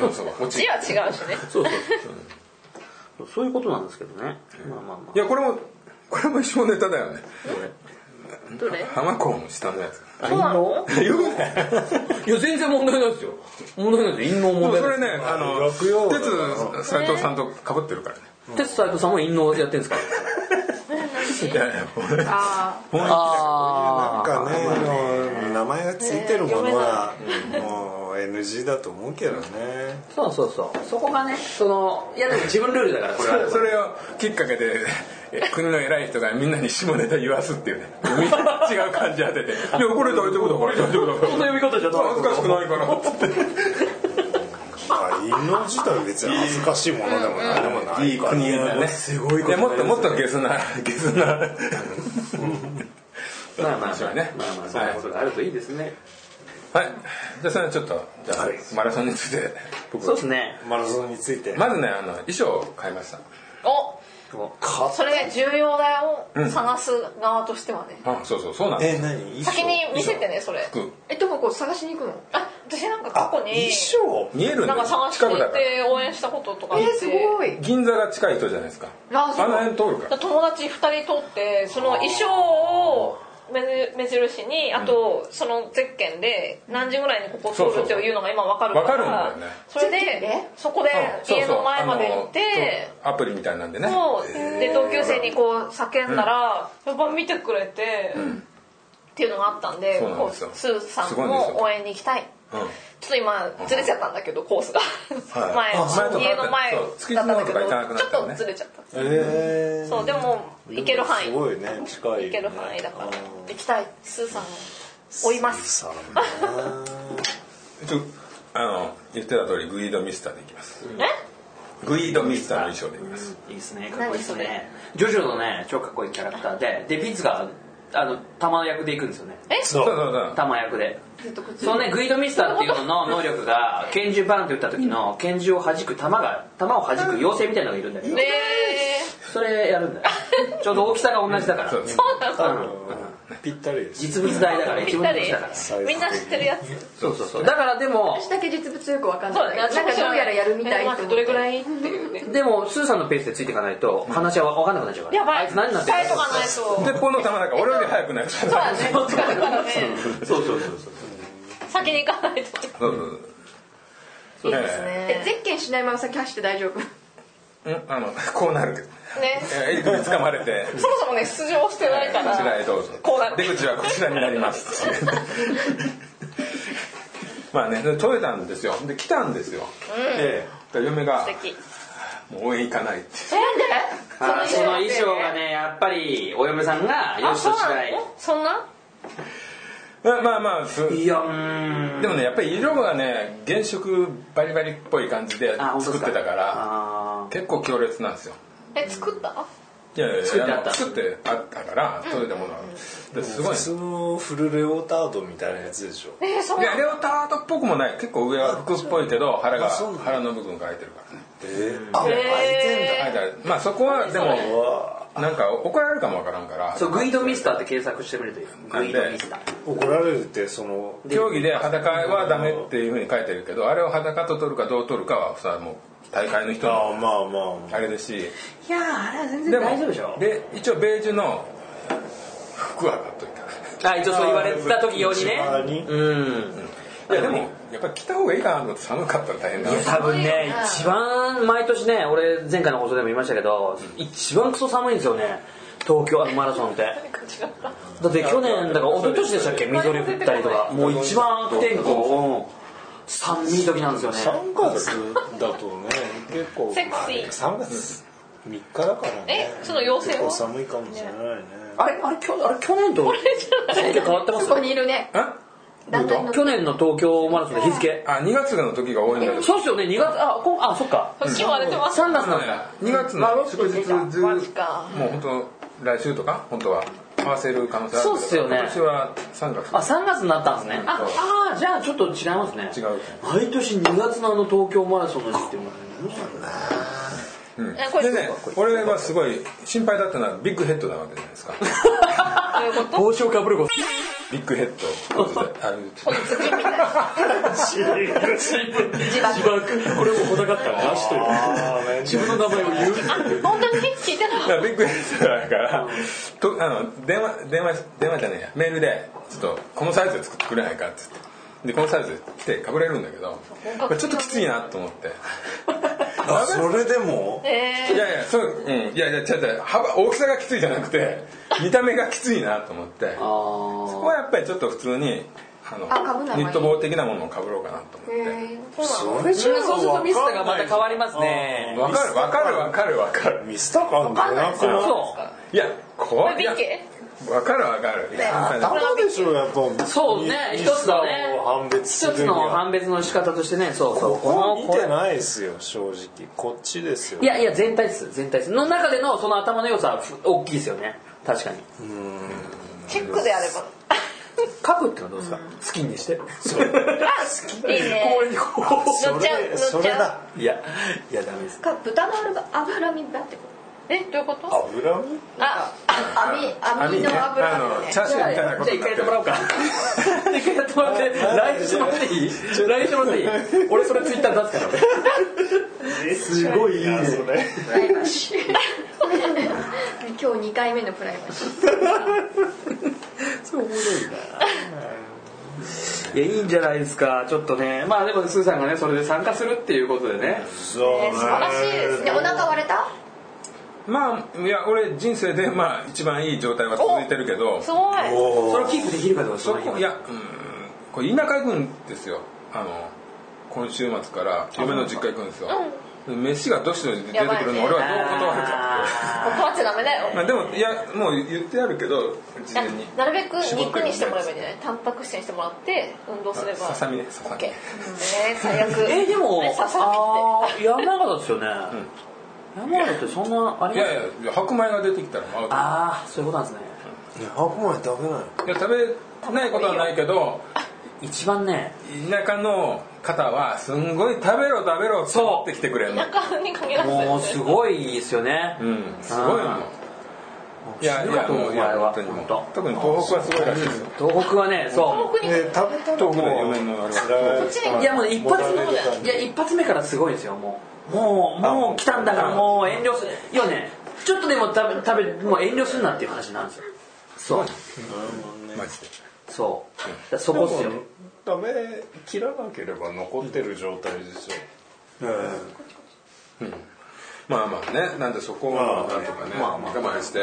S1: んそう落ち
S5: 字は違うしね
S2: そうそうそうそういうことなんですけどね、まあまあま
S1: いやこれもこれも下ネタだよね
S2: あこれ
S5: どれ
S1: 浜子も下のやつ
S5: そうなの
S1: よくない
S2: いや全然問題ないですよ問題ないですよ
S1: で
S2: 陰謀問
S1: も
S2: 題
S1: そ
S2: ない
S1: れねあの
S3: 楽よ
S1: 鉄斎藤さんとかぶってるからね
S2: テツ斎藤さんも陰謀やってるんですか
S1: いやいやこれ
S5: あ
S2: あ
S3: なんかねあの名前がついてるものはもう NG だと思うけどね
S2: そうそうそうそこがねそのいやでも自分ルールだからこれは
S1: それをきっかけでえ国の偉い人がみんなに下ネタ言わすっていうねみんな違う感じ当て て「いやこれ大丈夫だから大丈夫だから
S2: そんな呼び方じゃない
S1: 恥ずかしくないから」っつって
S3: まあ犬自体別に恥ずかしいものでも何でもない
S1: いい国だねすごいもっともっとゲスなゲスな
S2: まあまあまあ
S1: 話はね
S2: まあまあそんなことがあるといいですね
S1: はいじゃあそれはちょっとじゃあマラソンについて僕
S2: そうですね
S3: マラソンについて
S1: まずねあの衣装を買いました
S5: おそれ重要だよ、探す側としてはね
S1: あそうそうそうなんです
S3: え何衣装
S5: 先に見せてねそれ
S1: 服
S4: えでもこう探しに行くの
S5: あ私なんか過
S3: あ
S5: 去に
S3: 衣装
S1: 見えるん
S5: なん
S1: だ
S5: か
S1: よ
S5: 探して
S1: 近くだ
S5: 行っ
S1: から
S5: て応援したこととかあって
S4: えすごい
S1: 銀座が近い人じゃないですか
S5: あそう
S1: の辺通るから
S5: 友達2人とってその衣装を目目印にあとそのゼッケンで何時ぐらいにここ通るっていうのが今分かるか
S1: そうそうそうわ
S5: ら
S1: かるんだよね
S5: それ
S4: ゼッケン
S5: で
S4: で
S5: そこで
S1: そう
S5: 家
S1: そう
S5: の前まで行っ
S1: あ
S5: て
S1: のそうアプリみたいなんでね
S5: そうで同級生にこう叫んだらやっぱ見てくれてっていうのがあったんで
S1: そうなん
S5: こ
S1: ですよ
S5: うスーさ
S1: す
S5: ん
S1: ごいんですよ
S5: も応援に行きたい。
S1: うん
S5: ちょっと今ずれちゃったんだけどコースが
S1: はいあ前とか
S5: 前家の前
S1: そう築地
S5: だったんだ
S1: の方と
S5: け
S1: か
S5: ど
S1: 行かなくなっ
S5: ち
S1: た
S5: ょ
S1: よね
S5: っとずれちゃった
S3: えー
S5: そうでも行ける範囲
S3: すごいね近いよね
S5: 行ける範囲だから
S3: あー
S5: 行きたいスーさんを追います
S3: さあね
S1: ちょあの言ってた通りグイードミスターでいきます
S5: え
S1: グイードミスターの衣装でいきます
S2: いいですねかっこいいですねジョジョのね超かっこいいキャラクターででビッツがあの玉役で行くんですよね
S1: そう
S3: そう
S1: そうそう
S2: 玉役で
S4: ずっとこっち
S2: そのねグイドミスターっていうのの能力が拳銃バンって打った時の拳銃を弾く弾が弾を弾く妖精みたいなのがいるんだけど
S5: で
S2: それやるんだよちょうど大きさが同じだから
S1: そう
S5: そうな
S3: あ
S5: の
S3: のぴったりです
S2: 実物大だから
S5: ぴ
S2: 一
S5: っ
S2: 分の
S5: た
S2: 1だから
S5: りみんな知ってるやつ
S2: そうそうそうだからでも
S4: 私だけ実物よくわかん
S5: そう
S4: な
S5: だ
S4: い
S5: ね
S4: なんかどうやらやるみたい
S5: 目の前どれぐらいっていうね
S2: でもスーさんのペースでついていかないと話は分かんなくなっちゃうから
S5: やば
S2: あ
S5: い
S2: いつ何になって
S5: 伝え
S2: る
S5: とかないとそう
S1: 鉄砲の弾だから俺より早くなるそうそう
S5: だね近くからね
S2: そうそうそうそう
S5: 先に行かないと
S1: そう
S4: いいです
S5: え
S4: ねゼッケンしないまま先走って大丈夫
S1: そううんあのこうなるけど
S5: ね
S1: えいつ掴まれて
S5: そもそもね出場してないか
S1: こちら
S5: ら
S1: へどうぞ
S5: こうなる
S1: 出口はこちらになります まあねで取れたんですよで来たんですよ、ええで嫁が
S5: 素敵
S1: 「もう応援行かない」って
S2: あーそ
S5: そ
S2: の衣
S5: の衣
S2: 装
S5: 装
S2: がねやっぱりお嫁さんがよ
S5: あ
S2: し
S5: そ
S2: と
S5: う
S2: しな
S5: ないのそんな
S1: まあまあまあす
S2: いやうーん
S1: でもねやっぱり色がね原色バリバリっぽい感じで
S2: あ本当
S1: 作
S2: で
S1: っ
S2: す
S1: てたから
S2: あ
S1: 結構強烈なんですよ
S5: え作った
S1: いやいやいや
S2: 作ってあった
S1: の作ってあったから取れたものはですごい
S3: 普通のフルレオタードみたいなやつでしょ
S5: えーそう
S1: い
S5: な
S1: や
S5: の
S1: レオタードっぽくもない結構上は服っぽいけど腹が
S3: あそうなの
S1: 腹の部分が開いてるからね
S3: えー、あ、
S1: 開いてあるまあそこはで
S3: 開いて
S1: も
S3: んだわ
S1: なんか怒られるかもわからんから
S2: ーそうグイドミスターって検索してみるといいグイドミスター
S3: 怒られるってその
S1: 競技で裸はダメっていうふうに書いてるけどあれを裸と取るかどう取るかはさもう大会の人
S3: あ
S1: の
S3: まあまあ
S1: あれですし
S2: いやーあれは全然
S1: でも
S2: 大丈夫でしょ
S1: で一応ベージュの服は買っといた
S2: あ一応そう言われた時用にね
S3: 内側に
S2: うん
S1: いやでもやっぱり着た方がいいかなと思って寒かったら大変だ
S2: いや多分
S4: 寒
S2: ね
S4: いよね
S2: 一番毎年ね俺前回の放送でも言いましたけど一番クソ寒いんですよね東京あのマラソンってだって去年だから一昨年でしたっけみぞり降ったりとかもう一番悪天候うん寒い時なんですよね
S3: 3月だとね結構
S5: セクシー
S3: 3月3日だからね
S5: えその妖精は
S3: 結構寒いかもしれないね
S2: あれあれきょあれ去年と日付変わってま
S4: そ
S2: す
S4: こにいるね
S1: あ
S4: 団体の
S2: 去年の東京マラソンの日付
S1: あ2月の時が多いんだけど
S2: そうっすよね2月あこんあそっか
S5: そっちも割れてます
S2: 3月
S1: あの
S2: なん
S1: ね
S2: ですか
S1: 2月の祝日ず
S5: マジか
S1: もう本当来週とか本当は合わせる可能性あるけど
S2: そうっすよね
S1: 今年は3月
S2: あ3月になったんですねああーじゃあちょっと違いますね
S1: 違う
S2: 毎年2月のあの東京マラソンの時ってもう
S1: うん
S5: えこ
S1: で
S5: れ
S1: ね俺はすごい心配だったのはビッグヘッドなわけじゃないですか
S5: どういうこと
S2: 帽子をかぶること
S1: ビッグヘッドある
S5: この月みたいな
S2: 自爆これもほだかったなしという自分の名前を言う
S5: 本当に聞いてな
S1: だ
S5: か
S1: からビッグエスだから、とあの電話電話電話じゃねえやメールでちょっとこのサイズで作ってくれないかっつってでこのサイズで来て隠れるんだけどこれちょっときついなと思って
S3: あそれでも
S5: ったえ
S1: いやいやそう、うん、いやいや違う違う幅大きさがきついじゃなくて見た目がきついなと思って
S2: あ
S1: そこはやっぱりちょっと普通にあの
S4: あ被んない
S1: ニット帽的なものをかぶろうかなと思って
S4: へーそうなの
S3: それじゃ
S2: そうするとミスターがまた変わります
S3: う
S2: ね
S3: ん
S1: わかるわかるわかるわかる
S3: ミスター感出なくない
S2: そ
S1: いやこ
S5: これ
S1: いや
S5: ビッケ
S1: わかるわかるいや
S3: 頭でしょやっぱ
S2: そうね
S3: ミ
S2: 一
S3: ス
S2: つ
S3: タ
S2: の
S3: ー
S2: ね
S3: を判別す
S2: 一
S3: る
S2: つ
S3: に
S2: の
S3: は
S2: 判別の仕方としてねそうそう
S3: ここ見て
S2: い
S3: ないですよ正直こっちですよ
S2: やいや全体です全体ですの中でのその頭の良さはふ大きいですよね確かに
S5: ーチェックであれば
S2: 書くってのはどうですか好きにして
S5: いいね
S2: こうこう
S5: 乗っちゃう乗っちゃう
S3: それだ
S2: いやいやダメです
S4: か豚の脂身だってこ
S5: えどういうこと
S3: 油身
S4: とあ網網の油身
S1: あ
S4: ね
S1: のチャーシューみたいなこと
S2: じゃ
S1: になっ
S2: あ一回やってて
S1: る
S2: もらおうか一回やってもらって来週もらっていい来週もらっていい俺それツイッター出すから
S3: すごいいいねそれ
S4: プライバシー 今日2回目のプライバシー
S2: 俺いやいいんじゃないですかちょっとねまあでもスーさんがねそれで参加するっていうことでね
S3: そうね
S5: 素晴らしいで
S4: で
S5: すね
S4: お腹割れた
S1: まあいや俺人生でまあ一番いい状態は続いてるけど
S5: すごい
S2: そ
S3: お
S2: れを
S3: ー
S2: キープできるかどうか
S1: そ
S2: の辺
S1: こ
S2: はい
S1: やうーんこれ田舎行くんですよあの今週末から嫁の実家行くんですよ、飯がどしどし出てくるの
S5: やばい
S1: 俺
S5: ね
S1: はどう断るか
S5: 断っちゃダメだよ
S1: まあでもいやもう言ってあるけど事前に
S5: なるべく肉にしてもらえばいいんじゃないタンパク質にしてもらって運動すれば
S1: ささみねささみ
S5: OK ね最悪
S2: えでも
S5: ねささ
S2: あ
S5: みって
S2: ー山形ですよね山形ってそんなあ
S1: い
S2: りま
S1: や
S2: す
S1: いやいや白米が出てきたらアウト
S2: ああそういうことなんですね
S3: いや白米食べない
S1: いや食べないことはないけど
S2: 一番ね
S1: 田舎の方はすんごい食べろ食べろって
S2: そう
S1: 言ってきてくれるの
S5: 中に限らず
S2: もうすごいですよね
S1: うんすごいもんいやいやもういや本当にもう特に東北はすごいらしいですよ
S2: 東北はねそ
S5: 僕に
S3: え食べたらもう
S1: 嫁のあれは
S3: 辛い
S2: いやもう一発
S3: も
S2: 目
S3: たれる感
S2: い
S3: じ
S2: や一発目からすごいですよもうもう
S3: あ
S2: もう来たんだからもう遠慮するいやねちょっとでも食べ食べもう遠慮すんなっていう話なんですよそう
S1: マジで
S2: そうだからそこっすよ
S3: 食べ切らなければ残ってる状態でしょ、
S1: まあまあねなんでそこを
S3: まあ
S1: なんとかね
S2: まあまあ
S1: 我慢して、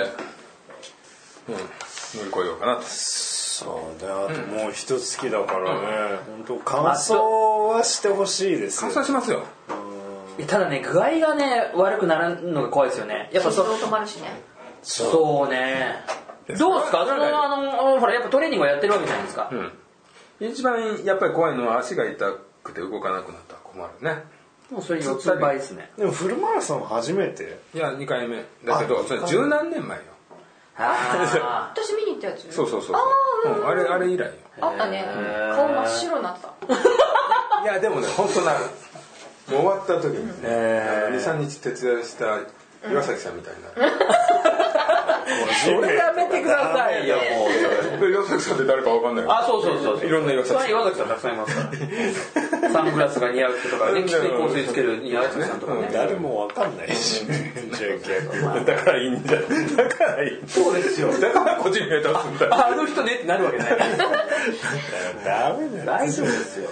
S1: うん、乗り越えようかなと
S3: そうであともう一月だからね、本当乾燥はしてほしいです
S1: 乾
S3: よ
S1: 燥しますよ
S2: いやただね具合がね悪くならんのが怖いですよねやっぱそう
S4: 止まるしね
S2: そうねどうですかそのあのほらやっぱトレーニングをやってるわけじゃないですか
S1: うん一番やっぱり怖いのは足が痛くて動かなくなったら困るね
S2: もうそれ四つ倍ですね
S3: でもフルマラソン初めて
S1: いや2回目だけどそれ十何年前よ
S2: あ
S4: 私見に行ったやつ
S1: そうそうそうそううんあれあれ以来よ
S4: あったね顔真っ白になってた
S1: いやでもね本当なるもう終わった時にね23日徹夜した岩崎さんみたいになる
S2: それやめてくださいよもう
S1: で 岩崎さんって誰かわかんないけど
S2: あそうそうそうそう
S1: いろんな岩崎さん
S2: それは岩崎さんたくさんいますから サングラスが似合う人とかね
S1: うん
S2: きつい香水つける岩崎さんとかね
S3: 誰もわかんないしじゃあ
S1: だからいいんだだからいいそうですよだから個人名出すんだよ
S2: ああの人ねってなるわけない
S3: 逆ダメだよ
S2: 大丈夫ですよ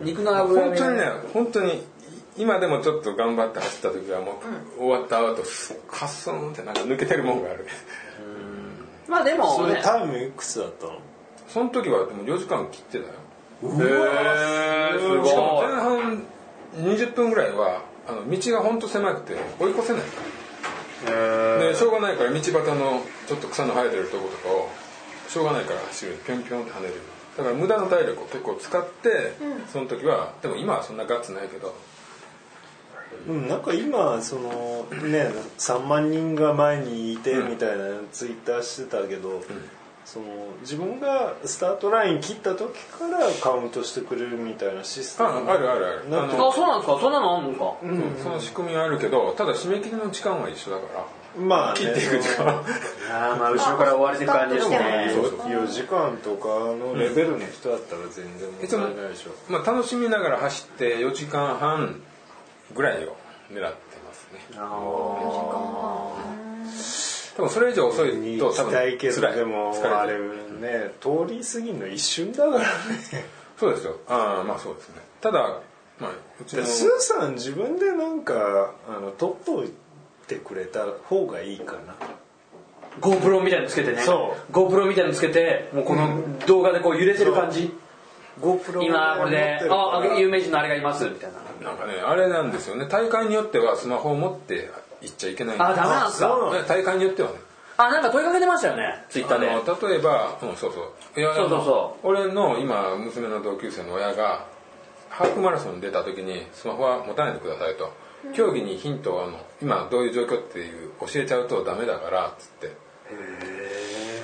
S2: 肉の脂
S1: 本
S2: 身
S1: 当
S2: が
S1: にね
S2: ね
S1: 本当に今でもちょっと頑張って走った時はもう終わった後カッソンってなんか抜けてるもんがある
S2: まあで
S3: そ
S2: も
S3: れ
S2: ね
S3: タイムいくつだったの
S1: その時はでも4時間切ってたよ
S2: へーす
S1: しかも
S2: ご
S1: 前半20分ぐらいはあの道が本当狭くて追い越せないでしょうがないから道端のちょっと草の生えてるとことかをしょうがないから走るピョンピョンって跳ねるだから無駄な体力を結構使って、その時はでも今はそんなガッツないけど
S3: うんなんか今そのね3万人が前にいてみたいなツイッターしてたけど、その自分がスタートライン切った時からカウントしてくれるみたいなシステム
S1: ああるあるある
S3: な
S1: あ
S3: んて
S1: の
S2: あそうなんですかそんなのあんのか、
S1: うんその仕組みはあるけどただ締め切りの時間は一緒だから
S3: まあ、ね、
S1: 切っていく時間
S2: あーまあ後ろから追われていく感じですね
S4: あ
S3: そう4時間とかのレベルの人だったら全然問題ないでしょ
S1: まあ楽しみながら走って4時間半ぐらいを狙ってますねでもそれ以上遅いと
S3: 行
S1: 多
S3: き
S1: 分
S3: たいけど
S1: 辛い
S3: でも
S1: 疲れて
S3: あれね通り過ぎるの一瞬だからね
S1: そうですよああまあそうですねただまあうちの
S3: でスーさん自分でなんかあの取っといてくれた方がいいかな
S2: GoPro みたいのつけてね
S3: そ
S2: GoPro みたいのつけてもうこの動画でこう揺れてる感じ、
S3: GoPro
S2: 今これで
S3: 持ってるから
S2: ああ有名人のあれがいますみたいな
S1: なんかねあれなんですよね大会によってはスマホを持って行っちゃいけないんで
S2: あダメなんです
S3: あそう
S2: か
S3: な
S1: ね大会によってはね
S2: あなんか問いかけてましたよねツイッタ
S1: あ
S2: ーでは
S1: の例えば、うん、そうそういや
S2: そうそうそ
S1: あの俺の今娘の同級生の親がハーフマラソンに出た時にスマホは持たないでくださいと、競技にヒントをあの今どういう状況っていう教えちゃうとダメだからっつって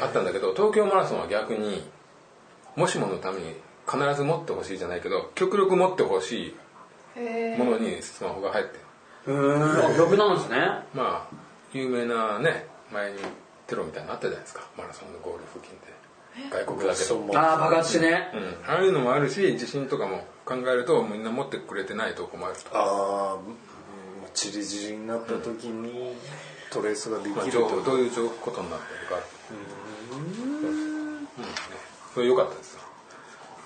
S1: あったんだけど東京マラソンは逆にもしものために必ず持ってほしいじゃないけど極力持ってほしいものにスマホが入ってる
S2: あ逆なんですね
S1: まあ有名なね前にテロみたいなのあったじゃないですかマラソンのゴール付近で外国だけど
S3: そう
S2: あー爆発してね
S1: うん、ああいうのもあるし地震とかも考えるとみんな持ってくれてないと困ると
S3: ああチリチリになった時にトレースができ
S1: まあ
S3: る
S1: ど
S3: と
S1: うどういう状ことになってるかうん、ね、それ良かったですよ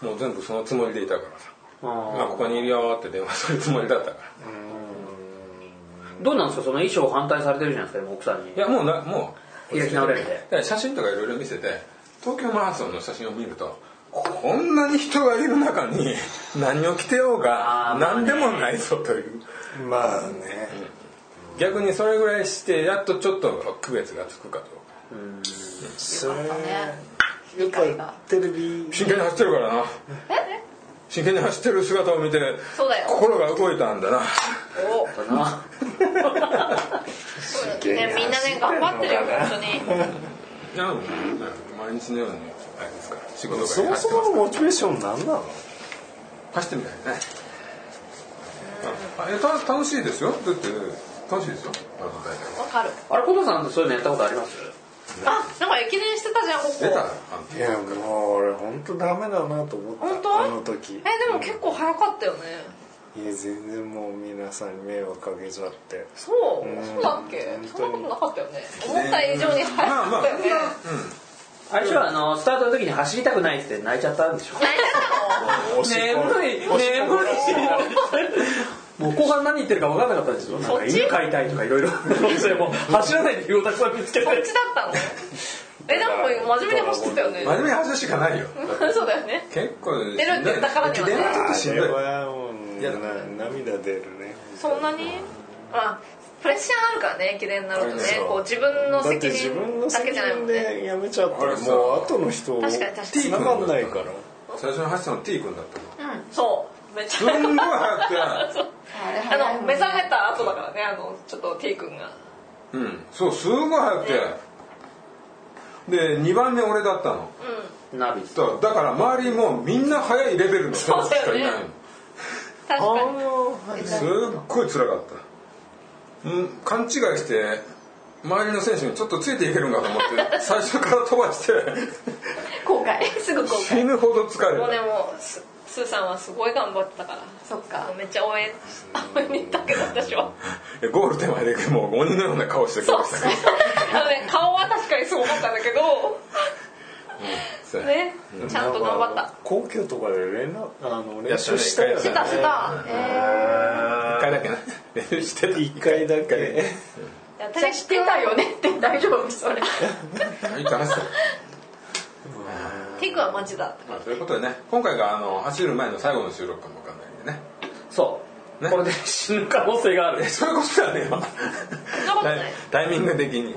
S1: もう全部そのつもりでいたからさまあここにいるよって電話するつもりだったから
S2: どうなんですかその衣装反対されてるじゃないですか今奥さんに
S1: いやもうなもう
S2: 開き直られて
S1: だから写真とかいろいろ見せて東京マラソンの写真を見るとこんなに人がいる中に何を着てようが
S2: あーまあ
S1: 何
S2: ね
S1: でもないぞという
S3: まあね
S1: 逆にそれぐらいしてやっとちょっと区別がつくかと
S3: それ
S4: 理解が
S3: テレビ
S1: 真剣に走ってるからな真剣に走ってる姿を見て
S5: そうだよ
S1: 心が動いたんだな
S5: お
S2: だな
S5: ねみんなね頑張ってるよ本 当に
S1: いやでも毎日のようにあれですから仕事が
S3: そもそものモチベーション何なの
S1: 走ってみたいねあいやた楽しいですよだって楽しいですよあの大体
S5: わかる
S2: あれコトさんってそういうのやったことあります
S5: あなんか駅伝してたじゃんここ
S1: 出たあ
S3: いやもう俺本当ダメだなと思った
S5: 本当
S3: あの時いや
S5: えでも結構早かったよね
S3: 全然もう皆さんに迷惑かけちゃって
S5: そう
S3: うん
S5: そうだっけ
S3: 本当に
S5: そんなことなかったよね思った以上に早かったよね
S2: あれはあのスタートの時に走りたくないって泣いちゃったんでしょ
S5: 泣いてたの
S3: おしっこおしっこ
S2: もう後半何言ってるか分かんなかったんですよ。なん
S5: そ
S2: か
S5: っち
S2: 犬飼いたいとかいろいろ。それもう走らないでをたくさん見つけて
S5: こ。っちだった のえでも真面目に走ってたよね
S1: 真面目に走るしかないよ
S5: そうだよね
S1: 結構
S5: 出るって言ったからにはね
S1: 電話ちょっとしん
S3: あ
S1: どい
S3: れはもう
S1: いや
S3: な涙出るね
S5: そんなにまあプレッシャーあるからね駅伝になるとね
S3: そう
S5: こう自分の
S3: だっ
S5: 責
S3: て自分の
S5: 任だけ
S3: 責
S5: じゃないも
S3: 任
S5: んね
S3: でやめちゃった
S1: あれ
S3: ら
S1: さ
S3: もう後の人
S5: 確かに確かに
S3: 繋がんないから
S1: 最初に走ったの T 君だったの
S5: そうめっち
S1: す
S5: ゃ
S1: んごい早くて
S5: そう
S4: あれ
S5: あ
S4: 早い
S5: の
S4: もん
S5: 目
S4: ね
S5: 覚めた後だからねあのちょっと T 君が
S1: うんそうすごい早くてで2番目俺だったの
S2: ナビス。
S1: そうだから周りもみんな早いレベルの人しかいないの
S5: 確かに
S1: すっごい辛かった、うん、勘違いして周りの選手にちょっとついていけるんかと思って最初から飛ばして
S4: 後悔
S5: すぐ後
S1: 死
S5: 悔
S1: ぬほど疲れ
S5: もう
S1: た
S5: でもススーさんはすごい頑張ってたから
S4: そっか
S5: めっちゃ応援応援に行ったけど私は
S1: え ゴール手前でもう鬼のような顔して
S5: そ
S1: ゴー
S5: う
S1: ルしたね
S5: あのね顔は確かにすごかったんだけど
S1: そうや
S5: ねちゃんと頑張った
S3: 皇居とかで連絡あの練習したよね
S1: や
S5: 出た出た
S1: 一回だけな練習してた
S3: 一回だけ
S5: 私は知ってたよねって大丈夫それ
S1: いいからさ
S5: ティクはマジだって
S1: まあ、ということでね今回があの走る前の最後の収録かもわかんないんでね
S2: そう。
S1: ね
S2: これで死ぬ可能性がある
S1: え。そういうことだね今
S5: そんなことない
S1: タイミング的に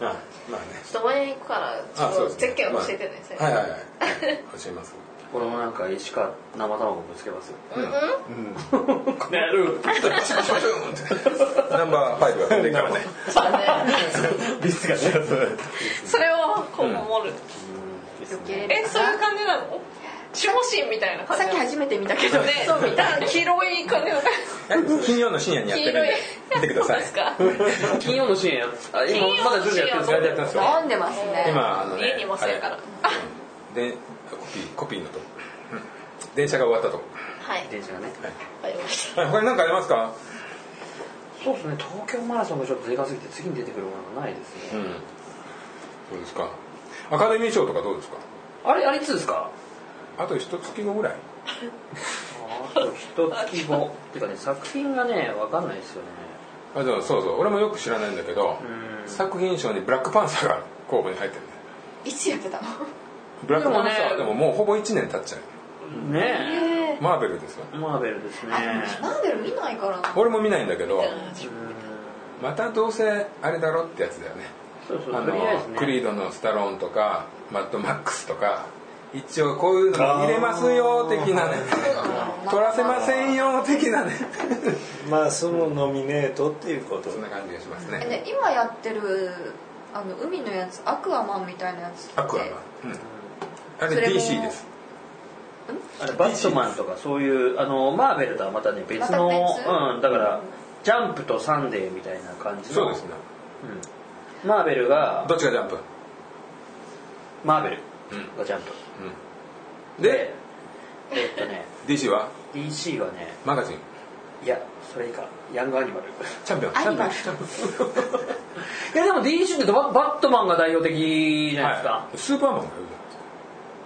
S1: あまあね
S5: ちょっと応援行くからちょっとゼッケン教えてねそれ
S1: まあはいはいはい教えます
S2: これもなんか石川生卵ぶつけますよ。
S3: うん
S2: これやる。
S1: パシュパシュパシュンってナンバーファイブが出てからね
S5: そうだね
S2: ビスがね。
S5: それを今後守る
S4: 余計
S5: えそういう感じなの守護神みたいな感じ
S4: さっき初めて見たけど、
S5: ね、
S4: そうみたい
S5: 黄色い感じの
S1: 金曜の深夜にやってるんで見てくだ さい
S2: 金曜の深夜あ今
S5: 金曜
S2: ま
S5: の
S2: だ徐々やってるんですか
S1: やってますよ
S4: 飲んでますね
S1: 今あの、ね、
S5: 家にいませんから
S1: はいでコピーコピーのとこうん電車が終わったとこ
S5: はい
S2: 電車がね
S5: わかりまし
S1: はい他に何かありますか
S2: そうですね東京マラソンがちょっとでかすぎて次に出てくるものがないですね
S1: うんそうですかアカデミー賞とかどうですか
S2: あれあれいつですか
S1: あと一月後ぐらい
S2: あと一月後っていうかね作品がね分かんないですよね
S1: あでもそうそう俺もよく知らないんだけど
S2: うん
S1: 作品賞にブラックパンサーが 候補に入ってるね
S4: いつやってたの
S1: ブラックパンサーは
S2: で
S1: で
S2: も
S1: ももうほぼ1年経っちゃう
S2: ね
S1: マーベルですよ
S2: えマーベルですね
S4: マーベル見ないからな
S1: 俺も見ないんだけど
S2: うん
S1: またどうせあれだろってやつだよね
S2: そうそう
S1: あ
S2: とりあえず
S1: の
S2: ね
S1: クリードのスタローンとかマッドマックスとか一応こういうの入れますよ的なね取らせませんよ的なね
S3: まあそのノミネートっていうこと
S1: そんな感じがします
S4: え
S1: ね
S4: ね今やってるあの海のやつアクアマンみたいなやつって
S1: アクアマン、うんあ
S4: そ
S1: れ
S4: れも
S1: DC です
S2: あれバットマンとかそういうあのマーベルとはまたね別の、
S4: また別
S2: うん、だからジャンプとサンデーみたいな感じの
S1: そうですね
S2: うん、マーベルが
S1: どっちがジャンプ、
S2: マーベル
S1: う
S2: がジャンプ、
S1: ん、で
S2: えっとね
S1: DC は
S2: DC はね
S1: マガジン
S2: いやそれ以下ヤングア ニマル
S1: チャンピオンチ
S4: ア
S1: ャ
S4: ニ
S1: ンピオ
S4: マ
S1: ン
S4: ル
S2: いやでも DC ってババットマンが代表的じゃないですか、
S1: はいスーパーマンがいる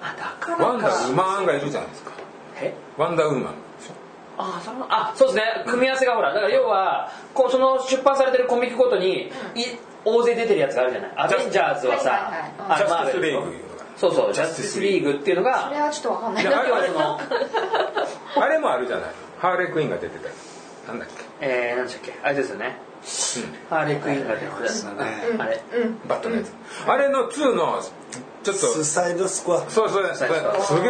S2: あだか
S1: じゃんワ
S2: ら
S1: ン
S2: か
S1: ダーウーマンがいるじゃないですか
S2: え
S1: ワンダーウーマンでしょ
S2: あそのあそうですね組み合わせがほらだから要はこうその出版されてるコミックごとに、い大勢出てるやつがあるじゃないアベンジャーズはさ、
S4: はいはいはい
S1: ジ
S2: あれマ
S1: ャス
S2: ー
S1: ティス
S2: ベ
S1: レイ
S2: ル
S1: グいうのが
S2: そうそうジ
S1: ジ
S2: ャ
S1: ャス
S2: ステ
S1: テ
S2: ィ
S1: ィ
S2: ス
S1: ス
S2: リ
S1: リ
S2: ー
S1: ー
S2: グっていうの
S4: そ
S2: が
S4: れはちょっとわかんない
S2: だ
S1: や
S2: から要はその
S1: あれもあるじゃないハーレークイーンが出てたりなんだっけ
S2: えー、なんでしたっけあれですよね、ハーレークイーンが出てた、あれ
S1: バットのやつ、あれの2のちょっと
S3: スーサイドスクワット
S1: そうそうそうすげ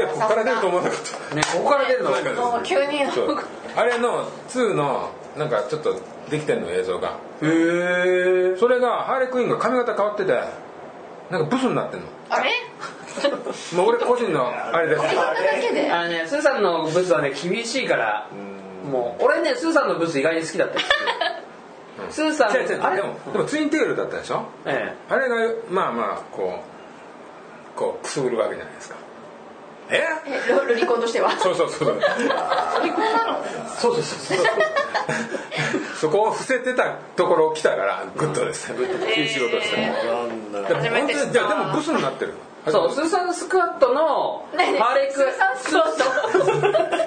S1: えここから出ると思わなかっ
S2: ねここから出るの
S1: たなん
S4: も
S1: か
S4: う急に
S1: そうあれの2のなんかちょっとできてんの映像が
S2: へえ
S1: それがハーレークイーンが髪型変わっててなんかブスになってんの
S5: あれ
S1: もう俺個人のあれです
S4: あれだけで
S2: あのねスーさんのブスはね厳しいからもう俺ねスーさんのブス意外に好きだったんですけどスーさん
S1: 違う違う
S2: あれ
S1: でもでもツインテールだったでしょ
S2: え
S1: あれがまあまあこうこうくすぐるわけじゃないですかえ
S4: えロロリコンとしては
S1: そうそうそうそう
S2: えそうですそうです
S1: そこを伏せてたところを来たからグッドですねグッドですいい仕事ですね
S3: なん
S1: で
S3: だ
S1: も
S3: ろ
S5: 初め
S1: 本
S5: て知
S1: 当
S5: った
S1: にじゃあでもブスになってる
S2: そう、スーサンスクワットの
S4: ねえねえ
S2: ハーレク
S4: スーサンスクワッ
S2: ト。スーサン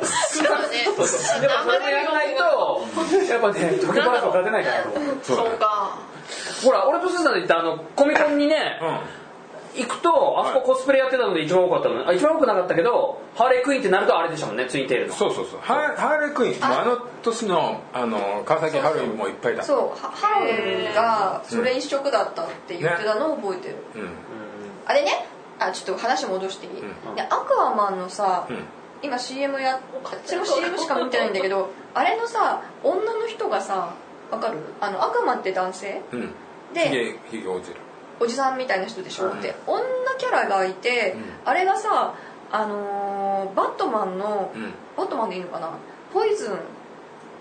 S2: スクワット。 でもそれでやらない と、やっぱね、特番と勝てないかなと思う。
S5: そうか
S2: ほら、俺とスーさんで行ったあの、コミコンにね、
S1: うん
S2: 行くと、あそこコスプレやってたので一番多かったの。あ、一番多くなかったけど、ハーレクイーンってなるとあれでしたもんね、ツインテールの。
S1: そうそうそうハーハーレークイーンあの年のあの川崎ハロウィンもいっぱいだ
S4: そうはハロウィンがそれ一色だったって言ってたのを覚えてる、
S1: うん
S4: あれねあちょっと話戻していい、
S1: う
S4: でアクアマンのさ、
S1: うん
S4: 今 CM や私も CM しか見てないんだけどあれのさ女の人がさわかるあのアクアマンって男性
S1: うんひ
S4: で
S1: げひげ落ちる
S4: おじさんみたいな人でしょって女キャラがいて、あれがさあのーバットマンの、
S1: うん
S4: バットマンでいいのかなポイズン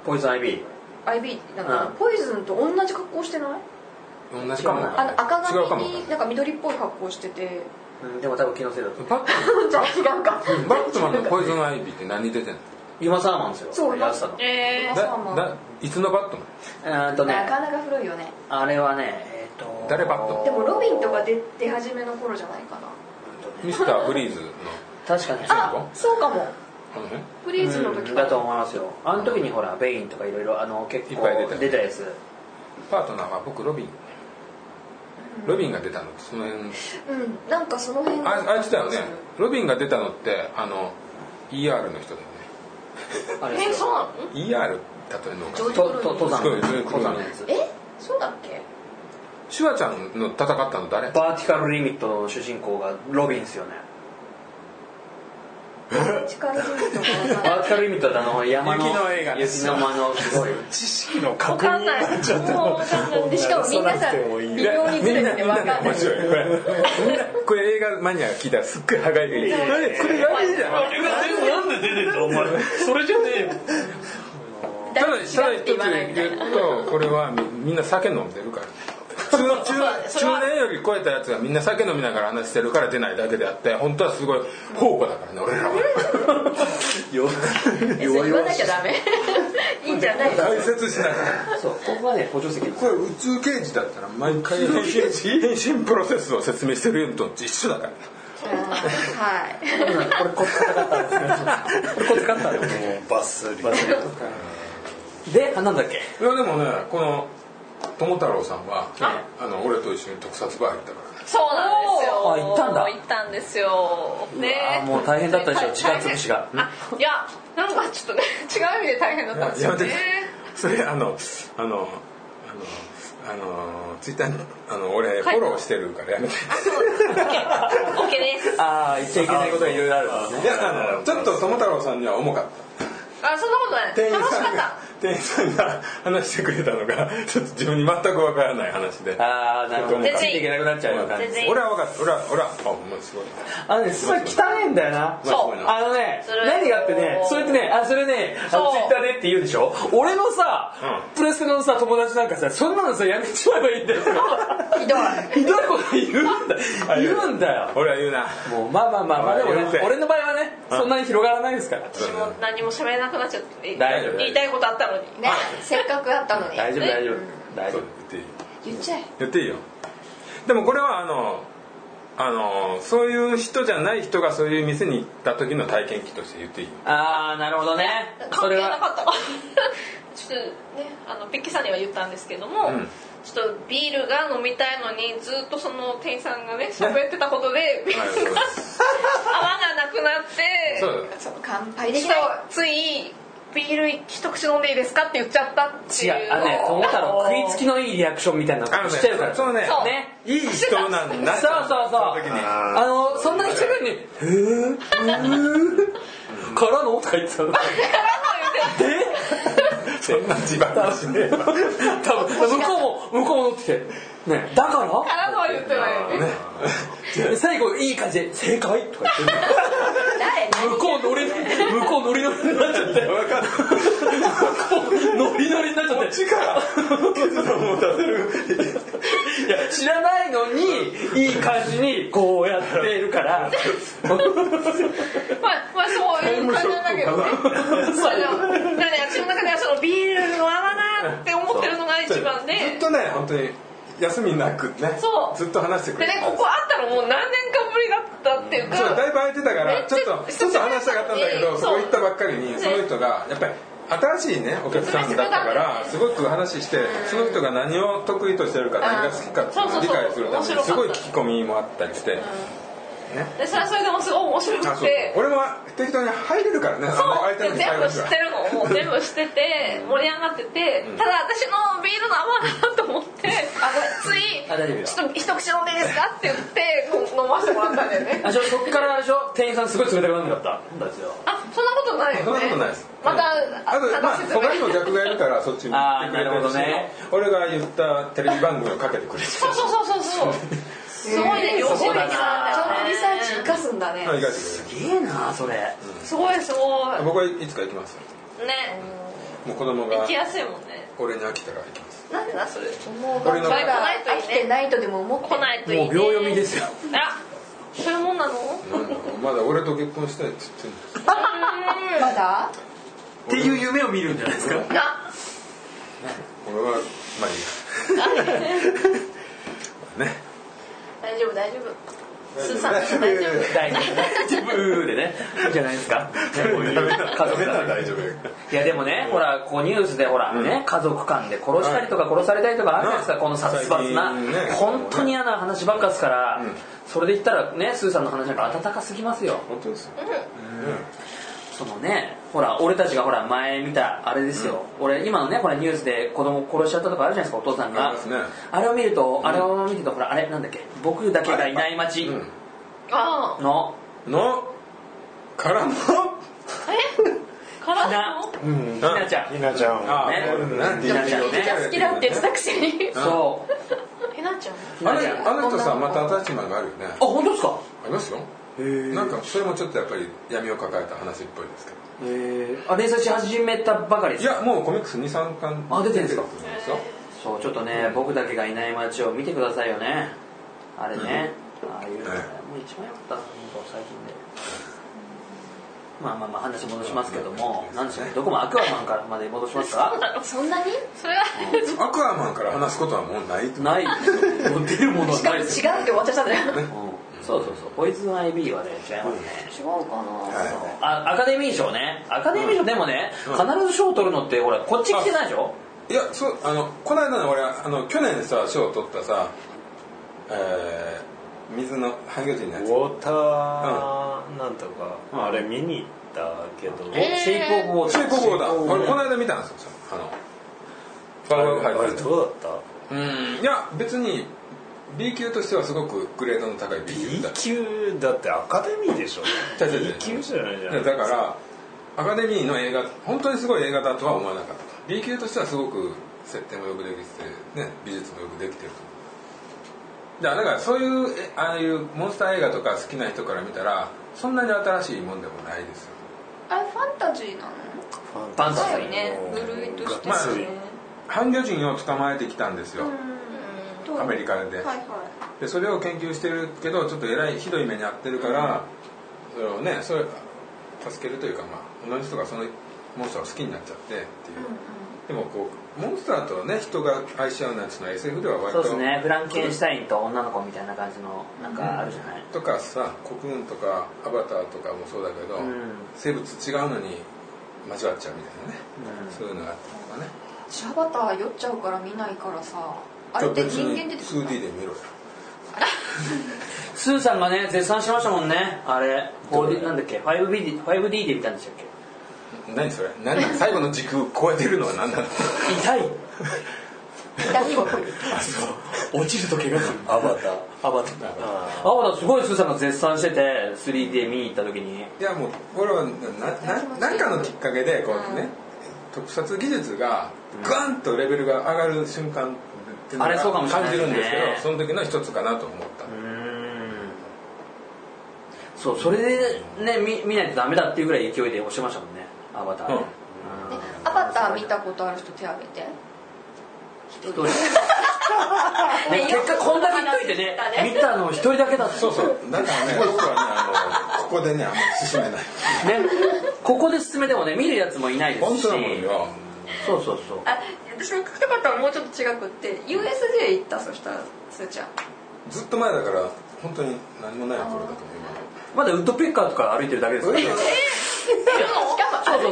S2: ポイズンアイビー。
S4: IB なんかな、
S2: うん
S4: ポイズンと同じ格好してない
S1: 同じかも
S4: あの赤
S1: 違うかも
S4: 髪になんか緑っぽい格好してて
S2: うんでも多分気のせいだと。
S1: バット
S4: じゃあ違 うか
S1: バットマンのポイズンアイビーって何に出てんの
S2: ユマサーマンですよ。
S4: そう
S2: やってたの。
S5: え
S4: バットマン
S1: だだいつのバットマン
S2: えーっと
S4: な
S2: ね、
S4: かなか古いよね
S2: あれはね、えーっと。
S1: 誰バット
S4: でもロビンとか出出始めの頃じゃないかな
S1: ミスターフリーズの
S2: 確かに。
S4: あそうかも
S1: この辺
S4: フリーズの時
S2: うん
S4: か
S2: だと思いますよあの時にほらベインとかいろいろあの結
S1: いっ
S2: 構
S1: ぱい出たよね
S2: 出たやつ
S1: パートナーは僕ロビンロビンが出たのってその辺
S4: うんなんかその辺
S1: ああいつだよねロビンが出たのってあの ER の人だよ
S2: あれ
S5: え
S2: です
S5: そう
S2: よ
S5: なの
S1: ね ER だというのか
S2: とと登山
S1: すごい
S2: 登山のやつ
S4: えそうだっけ
S1: シュワちゃんの戦ったの誰
S2: バーティカルリミットの主人公がロビンですよね
S1: え
S4: 力強いところが
S2: バーチャルイミットってあの山の
S1: 雪の映画
S2: 雪の間のすごい
S3: 知識の
S5: わ
S3: 確
S5: か
S3: 認
S5: ん
S3: に
S5: ない
S3: なっちゃって
S5: もうわかんないでしかもみんなさ微妙にずれててわかんない
S1: 面白いこれみんなこれ映画マニアが聞いたらすっごい歯がゆいあれこれ何じ
S6: 映
S1: ゃん
S6: 画全部なんで出てんだお前それじゃねえよ
S5: だ
S1: ただた
S5: から
S1: だ
S5: 違う
S1: 一
S5: っ
S1: つ
S5: て言わないみたい
S1: 言
S5: な
S1: うとこれはみみんな酒飲んでるから中中
S5: それは
S1: 中年より超えたやつがみんな酒飲みながら話してるから出ないだけであって本当はすごい宝庫だからね俺らは
S5: えそれ言わなきゃダメいいんじゃないの
S1: 解説しながら
S2: そうここはね補助席です
S1: これ宇宙刑事だったら毎回変身変身プロセスを説明してるのと一緒だから
S4: はい
S2: これコツ硬かったんですけどこれコツ硬かったんですけ
S3: もうバッサリ
S2: どであなんだっけ
S1: いやでもねこの友太郎さんは
S2: あ
S1: あの俺と一緒に特撮バー行ったから
S5: そうなんですよ
S2: あ行ったんだ
S5: 行ったんですよ
S2: あ
S5: ね
S2: もう大変だったでしょ
S5: 大
S2: 時間潰しが
S5: あいやなんかちょっとね違う意味で大変だったんです
S1: や
S5: よ
S1: めてく
S5: ね
S1: ださいそれあのあのあのあのツイッターにあの俺フォローしてるからやめて、
S5: オッケーです
S2: ああ言っちゃいけないことがいろいろあるんです
S1: い、
S2: ね
S1: やあのちょっと友太郎さんには重かった
S5: あそんなことない
S1: 店員
S5: 楽し
S1: さ
S5: かっ
S1: んが
S5: た
S1: 店員さんが話してくれたのがちょっと自分に全くわからない話で
S2: ああなるほ
S1: ち
S2: ど
S1: ょっと重かった
S2: ついていけなくなっちゃうような
S5: 全然
S1: 俺は分かった俺は俺はあお前すごい
S2: あのねすごい汚いんだよな
S1: そう
S2: あのね
S5: それ
S2: 何があってねそれってねあそれねあの
S5: そう
S2: ツイッターでって言うでしょ俺のさ
S1: う
S2: プレステのさ友達なんかさそんなのさやめちまえばいいんだよ
S5: ひどい
S2: ひどいこと言うんだ言うんだよ
S1: 俺は言うな
S2: もうまあまあまあまあでも
S1: 言うて
S2: ね俺の場合はね
S1: うん
S2: そんなに広がらないですから
S5: 私も何も喋れなくなっちゃって
S2: 大丈夫
S5: 言いたいことあったのに
S4: ねせっかくあったのに
S2: 大丈夫大丈夫大
S1: そ
S2: 丈
S1: う
S2: 夫
S1: 言っていい
S4: 言っちゃえ
S1: 言っていいよでもこれはあのあのそういう人じゃない人がそういう店に行った時の体験記として言っていいよ
S2: ああなるほどねそ
S5: 関係
S2: れ
S5: な
S2: は
S5: かったわちょっとねあのビッキーさんには言ったんですけども、
S1: うん
S5: ちょっとビールが飲みたいのにずっとその店員さんがね喋ってたことでビー
S1: はい
S5: ルが泡がなくなって
S1: そうだ
S4: そう乾杯でき
S5: そう
S4: ない
S5: ついビール一口飲んでいいですかって言っちゃったって
S2: 違
S5: いう
S2: うあのね友太郎食いつきのいいリアクションみたいな
S1: あ
S2: こ
S1: の
S2: と
S1: ね
S2: してるから
S1: そうね
S5: そう
S2: ね
S1: いい人なんだ
S2: そうそうそう
S1: の時に
S2: あのそんなに来てくるに「へえへえからの?」とか言ってたので
S1: そんな自爆しねえわ
S2: 多分向こうも向こうも乗ってきて「ねだか
S5: からのは言ってないよね
S2: ら?」最後いい感じで「正解?」とか言ってる向こうノリ向こうノリノリになっちゃって向こうノリノリになっちゃって
S1: 力持たせる
S2: いや知らないのにいい感じにこうやっているから
S5: まあまあそういう感じなんだけどねまあでもだからね私の中ではそのビールの泡だって思ってるのが一番で、
S1: ずっとね本当に休みなくね
S5: そう
S1: ずっと話してく
S5: で
S1: れ
S5: ねここあったのもう何年かぶりだったっていうか
S1: そうだいぶ空いてたか
S5: め
S1: ら
S5: っ
S1: ち
S5: ちゃ
S1: ょっとちょっと話したかったんだけど
S5: そう
S1: そこ行ったばっかりにその人がやっぱり新しいねお客さんだったからすごく話してその人が何を得意としてるか何が好きかっていうのを理解するためにすごい聞き込みもあったりして
S5: でそれはそれでもすごい面白
S1: あ
S5: く
S1: そう
S5: て
S1: 俺も適当に入れるからねあの
S5: そう
S1: 相手
S5: 全
S1: の
S5: 部
S1: 会話
S5: 知
S1: には
S5: ってるのも う全部知ってて盛り上がっててただ私のビールの泡だなと思ってつい
S2: あ大丈夫よ
S5: ちょっと一口飲んでいいですかって言ってこう飲ませてもらったんだよね
S2: あじゃあそっからあれでしょ店員さんすごい冷たくなるんだったんですよ
S5: あそんなことないよね
S1: そんなことないです
S5: また
S1: あと、まあ、
S5: 話せ
S1: 他にも客がいるからそっちに行ってくれて
S2: あーなるほ
S1: る
S2: ど
S1: し
S2: ね
S1: 俺が言ったテレビ番組をかけてくれて
S5: そうそうそうそうそうすご いね吉
S4: そ
S5: 見さ
S4: こ
S5: ん
S4: だ
S5: だ
S4: な
S5: よ
S4: ちゃんとリサーチ生かすんだね
S1: 意外とす
S2: すげえなそれ
S5: ごいすごい
S1: 僕はいつか行きますよ
S5: ね
S1: もう子供
S5: 行
S1: が
S5: きやすいもんね
S1: 俺に飽きたら行きます
S5: なんでなそれ
S4: もうバカが飽きてないとでも思って
S5: 来ないといい、ね、
S2: もう秒読みですよ
S5: あそういうもんなの
S1: なんだろうまだ俺と結婚したいって言ってんの
S4: まだ
S2: っていう夢を見るんじゃないですか
S5: あ
S1: 俺はまあいいやね
S5: 大丈夫大丈夫スーさん大丈夫
S2: 大丈夫ブーでねいいじゃないですか 家
S3: ダ
S2: 族
S3: メなら大丈夫
S2: いやでもねほらこうニュースでほらね家族間で殺したりとか殺されたりとかあるじゃないですかこの殺伐な
S1: 最近ね
S2: 本当に嫌な話ばっかですから
S1: ん
S2: それで言ったらねスーさんの話なんか温かすぎますよ
S1: 本当ですよ
S2: そのねほら俺たちがほら前見たあれですよ、俺今のねほらニュースで子供殺しちゃったとかあるじゃないですかお父さん
S1: あ
S2: が
S1: りますね
S2: あれを見ると、あれを見てるとほらあれなんだっけ僕だけがいない街
S1: うん
S5: あ
S2: の
S1: のからの
S5: からの
S2: ひなちゃん
S3: ひなちゃん
S1: あ
S2: ね
S1: なんて言
S2: ひ
S1: う
S2: な
S1: の
S2: ちゃんね
S5: が好きだって言ってたくせに
S2: そう
S5: えなちゃん
S2: ひ
S1: あ
S2: なち
S1: れ
S2: ゃんあ
S1: あの人さまたアタッチメントあるよねあ
S2: 本当ですか
S1: りますよなんかそれもちょっとやっぱり闇を抱えた話っぽいですけど
S2: えーあ連載し始めたばかりで
S1: い
S2: すか
S1: やもうコミックス23巻
S2: あ出てるんです
S1: 出と
S2: か
S1: 思うんですよ
S2: そうちょっとね僕だけがいない街を見てくださいよねあれねああいうのね
S1: はい
S2: もう一番良かった本当最近でまあまあまあ話戻しますけどもなんでしょうねどこもアクアマンからまで戻しますか
S5: そんなにそれは
S1: アクアマンから話すことはもうないと
S2: ないですよ出るものは
S4: しか
S2: な
S4: も違うっ
S2: いで
S4: て
S2: す
S4: 終
S2: よ
S4: わっちゃったんだよ
S2: うんそうそうそうポイズン IB はね違いますね
S4: 違うかな
S1: は
S2: あアカデミー賞ねアカデミー賞でもね必ず賞を取るのってほらこっち来てないでしょ
S1: いいやそうあのこの間の俺あの去年さ賞を取ったさえー水の半魚人のや
S3: ウ
S1: つ
S3: ォーターなんとか、あれ見に行ったけど、
S2: えシェイプオブウォー
S1: シ
S2: タ
S1: ェ
S2: ー
S1: イプオブウォーター
S3: シェイプオブウォーター
S1: 俺この間見たんですよあのファーウェイ
S3: あ
S1: ハイ
S3: れ
S1: ブ
S3: どうだった
S1: うんいや別に B 級としてはすごくグレードの高い B 級
S3: B
S1: だ
S3: 級だってアカデミーでしょ
S1: 違う違う違う
S3: B 級じゃないじゃ
S1: いや
S3: ん
S1: だからアカデミーの映画本当にすごい映画だとは思わなかった B 級としてはすごく設定もよくできて、ね、美術もよくできてるとだからだからそういうえああいうモンスター映画とか好きな人から見たらそんなに新しいもんでもないですよ
S4: あれファンタジーなの
S2: バンタ
S4: だ
S2: ジ
S4: よね部類として
S1: ま
S4: ね
S1: あ半魚人を捕まえてきたんですよ、
S4: どう
S1: アメリカで
S4: はいはい
S1: でそれを研究してるけどちょっとえらいひどい目に遭ってるから、それをねそれ助けるというか、まあ、同じ人がそのモンスターを好きになっちゃってっていう、でもこうモンスターとね人が愛し合うなんていうのは SF では割
S2: そう
S1: と
S2: ですねフランケンシュタインと女の子みたいな感じのなんかあるじゃない、
S1: とかさ国運とかアバターとかもそうだけど、
S2: うん
S1: 生物違うのに交わっちゃうみたいなね、そういうのがあったりとかね
S4: シャバター酔っちゃうから見ないからさあれ
S1: じゃ
S4: って人間出てくる
S1: 2D で見ろよ
S2: スーさんがね絶賛しましたもんねあれ 4D なんだっけ 5D, 5D で見たんでしたっけ
S1: 何それ何なの最後の時空を超えてるのは何な の
S2: 痛い
S4: 痛みが来る
S2: 落ちると怪我する
S3: アバ
S2: ア
S3: ター
S2: バターアバターすごいスーさんが絶賛してて 3D で見に行った時に
S1: いやもう俺はなななんかのきっかけでこうやってね、特撮技術がガンとレベルが上がる瞬間っていうの
S2: あれそうかも
S1: が
S2: しれな
S1: 感
S2: い
S1: じ
S2: ですね
S1: るんですけどその時の一つかなと思った、
S2: うーんそうそれでね見見ないとダメだっていうぐらい勢いで押してましたもんねアバター
S1: う
S2: ね、
S1: ん
S2: うん
S4: アバター見たことある人手挙げて
S2: 一人ね結果こんだけ言っといてね見たの一人だけだった
S1: そうそうだからね僕はねあのここでねあんまり進めない
S2: ね、ここで進めてもね見るやつもいないで
S1: 本
S2: すし
S1: 当だもんよ
S2: そうそうそう
S4: あ私の書き方はもうちょっと違くって USJ 行ったそしたらすーちゃん
S1: ずっと前だから本当に何もない頃だと思う今
S2: まだウッドペッカーとか歩いてるだけですからねそうそう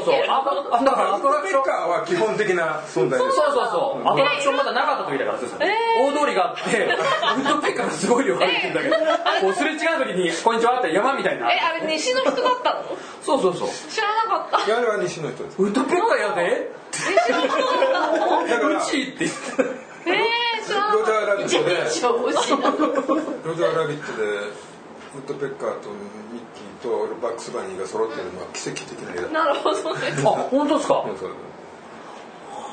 S2: そうああだからアトラク
S1: ペ
S2: ション
S1: ッカーは基本的な存在
S2: そ
S1: で
S2: う
S1: す
S2: そうそうアトラクションまだなかった時だからそうですよね大通りがあって ウッドペッカーがすごい量歩いてるだけでこうすれ違う時に「こんにちは」って山みたいな
S5: えあれ西の人だったの
S2: そうそうそう
S5: 知らなかった
S1: いやあれは西の人です
S2: ウッドペッカーやで
S5: 西の人だったの
S1: だから
S2: うちって言って
S5: えー、知らな
S1: ロジャーラビットで
S5: かった
S1: ロジャーラビットでウッドペッカーとミッキーとバックスバニーが揃ってるのは奇跡的な絵だ
S5: なるほどね
S2: あ本当ですか
S1: うんそうだ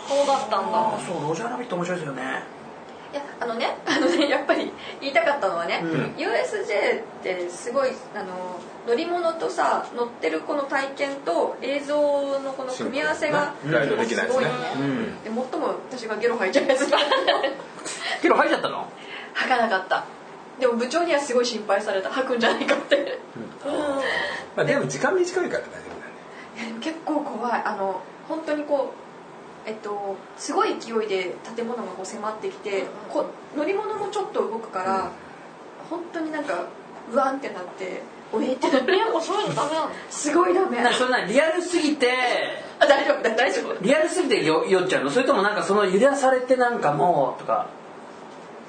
S5: そうだったんだ
S2: あそうロジャーラビット面白いですよね
S4: いやあのねあのねやっぱり言いたかったのはね、
S2: ん
S4: USJ ってすごいあの乗り物とさ乗ってるこの体験と映像のこの組み合わせが
S1: シンプルねライドできないですね
S4: ごいねで最も私がゲロ吐いちゃうやつが
S2: けど入っちゃったの
S4: 吐かなかったでも部長にはすごい心配された吐くんじゃないかって
S1: まあ、でも時間短いから大丈
S4: 結構怖いあの本当にこうえっとすごい勢いで建物がこう迫ってきてこ乗り物もちょっと動くから、本当になんかうわんってなっておえってなって
S5: えもうそういうのダメなの
S4: すごいダメ
S2: なんかそれなリアルすぎて
S4: あ大丈夫だ大丈夫
S2: リアルすぎてよ酔っちゃうのそれともなんかその揺らされてなんかもうとか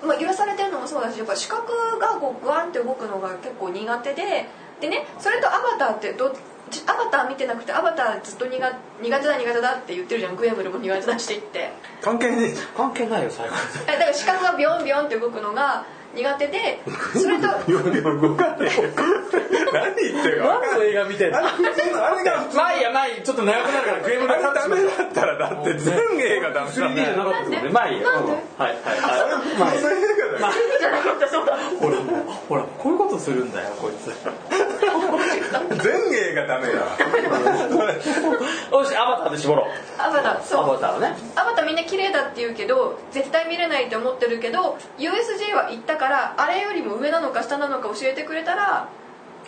S4: まあ、揺らされてるのもそうだしやっぱ視覚がこうグワンって動くのが結構苦手ででねそれとアバターってどちアバター見てなくてアバターずっと苦苦手だ苦手だって言ってるじゃんグエムルも苦手だしって言って
S1: 夫関係ねえじ
S2: 関係ないよ最後
S4: えだから視覚がビヨンビヨンって動くのが苦手でそ れと
S1: 動かねえよ何言ってるか
S2: 何の映画見てんのまあいいやまあいいちょっと長くなるからクレームでカット
S1: ダ
S2: し
S1: メ
S2: ま
S1: だったらだって全映画ダメだ
S2: 3D じゃなかったもんねまあいいやうんはいはいはい
S1: まあそういう映画だよ
S6: ほらもうほらこういうことするんだよこいつ
S1: 全映画ダメだ
S2: よしアバターで絞ろう
S4: アバター
S2: ア
S4: そう
S2: バターをね
S4: アバターみんな綺麗だって言うけど絶対見れないって思ってるけど USJ は行ったからあれよりも上なのか下なのか教えてくれたら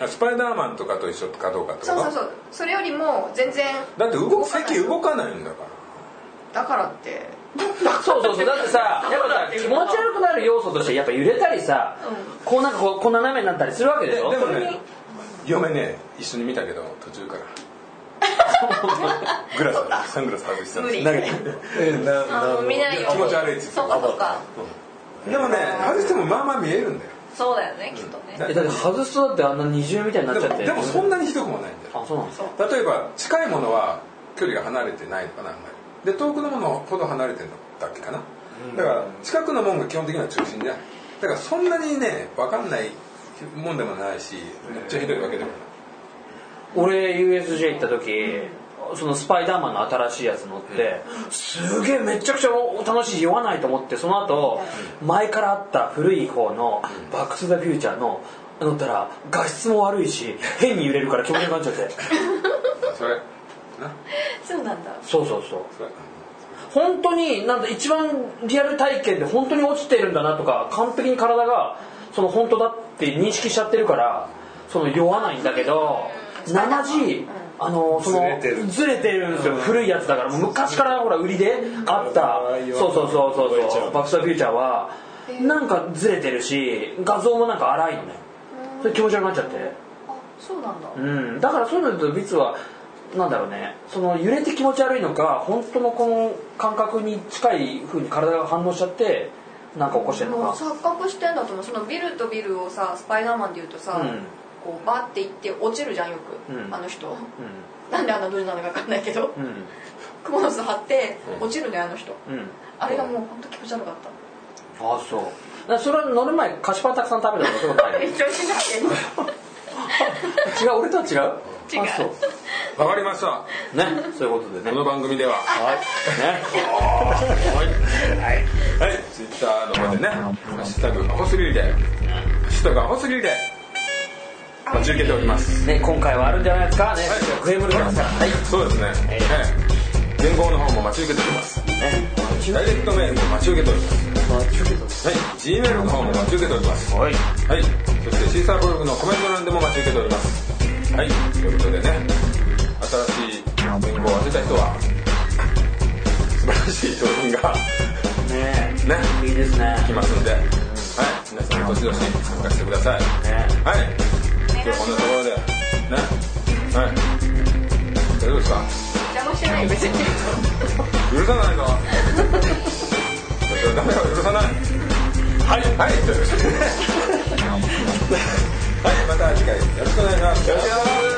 S1: あスパイダーマンとかと一緒かどうかって
S4: そ
S1: こ
S4: うそう
S1: と
S4: そうそれよりも全然
S1: だって動く
S4: かない
S1: 席動かないんだから
S4: だからって
S2: そうそうそうだってさやっぱさ気持ち悪くなる要素としてやっぱ揺れたりさこうなんかこうこう斜めになったりするわけでしょ
S1: でもね嫁ね一緒に見たけど途中か らグラスサングラス外してたん
S4: 無
S1: です
S4: 理
S3: なんかえな
S5: あ
S3: な
S5: の見ないよ
S1: 気持ち悪いっつって
S5: そうかそうか
S1: でもね外してもまあまあ見えるんだよ
S5: そうだよねきっとね
S2: えだって外すとだってあんな二重みたいになっち
S1: で
S2: ゃっ
S1: も
S2: て
S1: でもそんなにひどくもないんだよ
S2: あそうなんですか
S1: 例えば近いものは距離が離れてないのかなあんまりで遠くのものほど離れてるのだっけかなだから近くのもんが基本的には中心じゃんだからそんなにね分かんないもんでもないしめっちゃひどいわけでもない
S2: 俺 USJ 行った時そのスパイダーマンの新しいやつ乗って、すげえめちゃくちゃ楽しい酔わないと思ってその後、前からあった古い方の「バック・トゥ・ザ・フューチャーの」乗ったら画質も悪いし変に揺れるから気持ち悪くなっちゃって
S1: それな
S4: そうなんだ
S2: そうそうそう
S1: それ
S2: 本当になんだ一番リアル体験で本当に落ちてるんだなとか完璧に体がその本当だって認識しちゃってるからその酔わないんだけど 7G あのその
S3: ずれてる
S2: ずれてるんですよ古いやつだからもう昔からほら売りであった
S3: うん
S2: そうそうそうそう
S3: 覚えち
S2: そ
S3: ゃ
S2: う「
S3: う
S2: バック・スタフューチャーは」なんかずれてるし画像もなんか荒いのねそれ気持ち悪くなっちゃって
S4: あそうなんだ
S2: うんだからそういうのとビツはなんだろうねその揺れて気持ち悪いのか本当のこの感覚に近い風に体が反応しちゃってなんか起こしてるの
S4: もう
S2: か
S4: 錯覚してんだと思うそのビルとビルをさスパイダーマンでいうとさ、
S2: うん
S4: こうバーって行って落ちるじゃんよく、
S2: うん
S4: あの人
S2: う
S4: なんであんなドルなのか分かんないけど、
S2: んうん
S4: クモの巣張って落ちるねあの人、
S2: うん
S4: あれがもう本当気持ち悪かった
S2: あそうだからそれは乗る前菓子パンたくさん食べたことない違う
S4: 一応しない
S2: 俺とは違う
S4: 違う
S2: あそう
S1: 分かりました
S2: ねそういうことで
S1: この
S2: ね
S1: 番組では
S2: はいね
S1: はいツイッターの方でね「ハッシュタグアホスリーで」「ハッシュタグアホスリーで」待ち受けております
S2: ね今回はあるんじゃないですかねクレームルームさんはい
S1: そうですね
S2: え
S1: え
S2: え
S1: え原稿の方も待ち受けております
S2: ね
S1: ダイレクトメールも待ち受けております
S2: は
S1: はい、G メールの方も待ち受けております。
S2: い
S1: はい、そしてシーサーブログのコメント欄でも待ち受けております。はい、ということでね、新しい文豪を当てた人は、素晴らしい商品が
S2: ね
S1: ね、
S2: いいですね
S1: 来ますんで、はい、皆さん、どしどし参加してください。
S2: ね
S1: はい、今日はこんなところで、ね、はい、大丈夫ですか
S4: 邪魔してないよ別に
S1: 許さないぞ。ダメよ、許さない。はい、はい、ということではい、また次回よろしくお願いします。よろしくお願いします。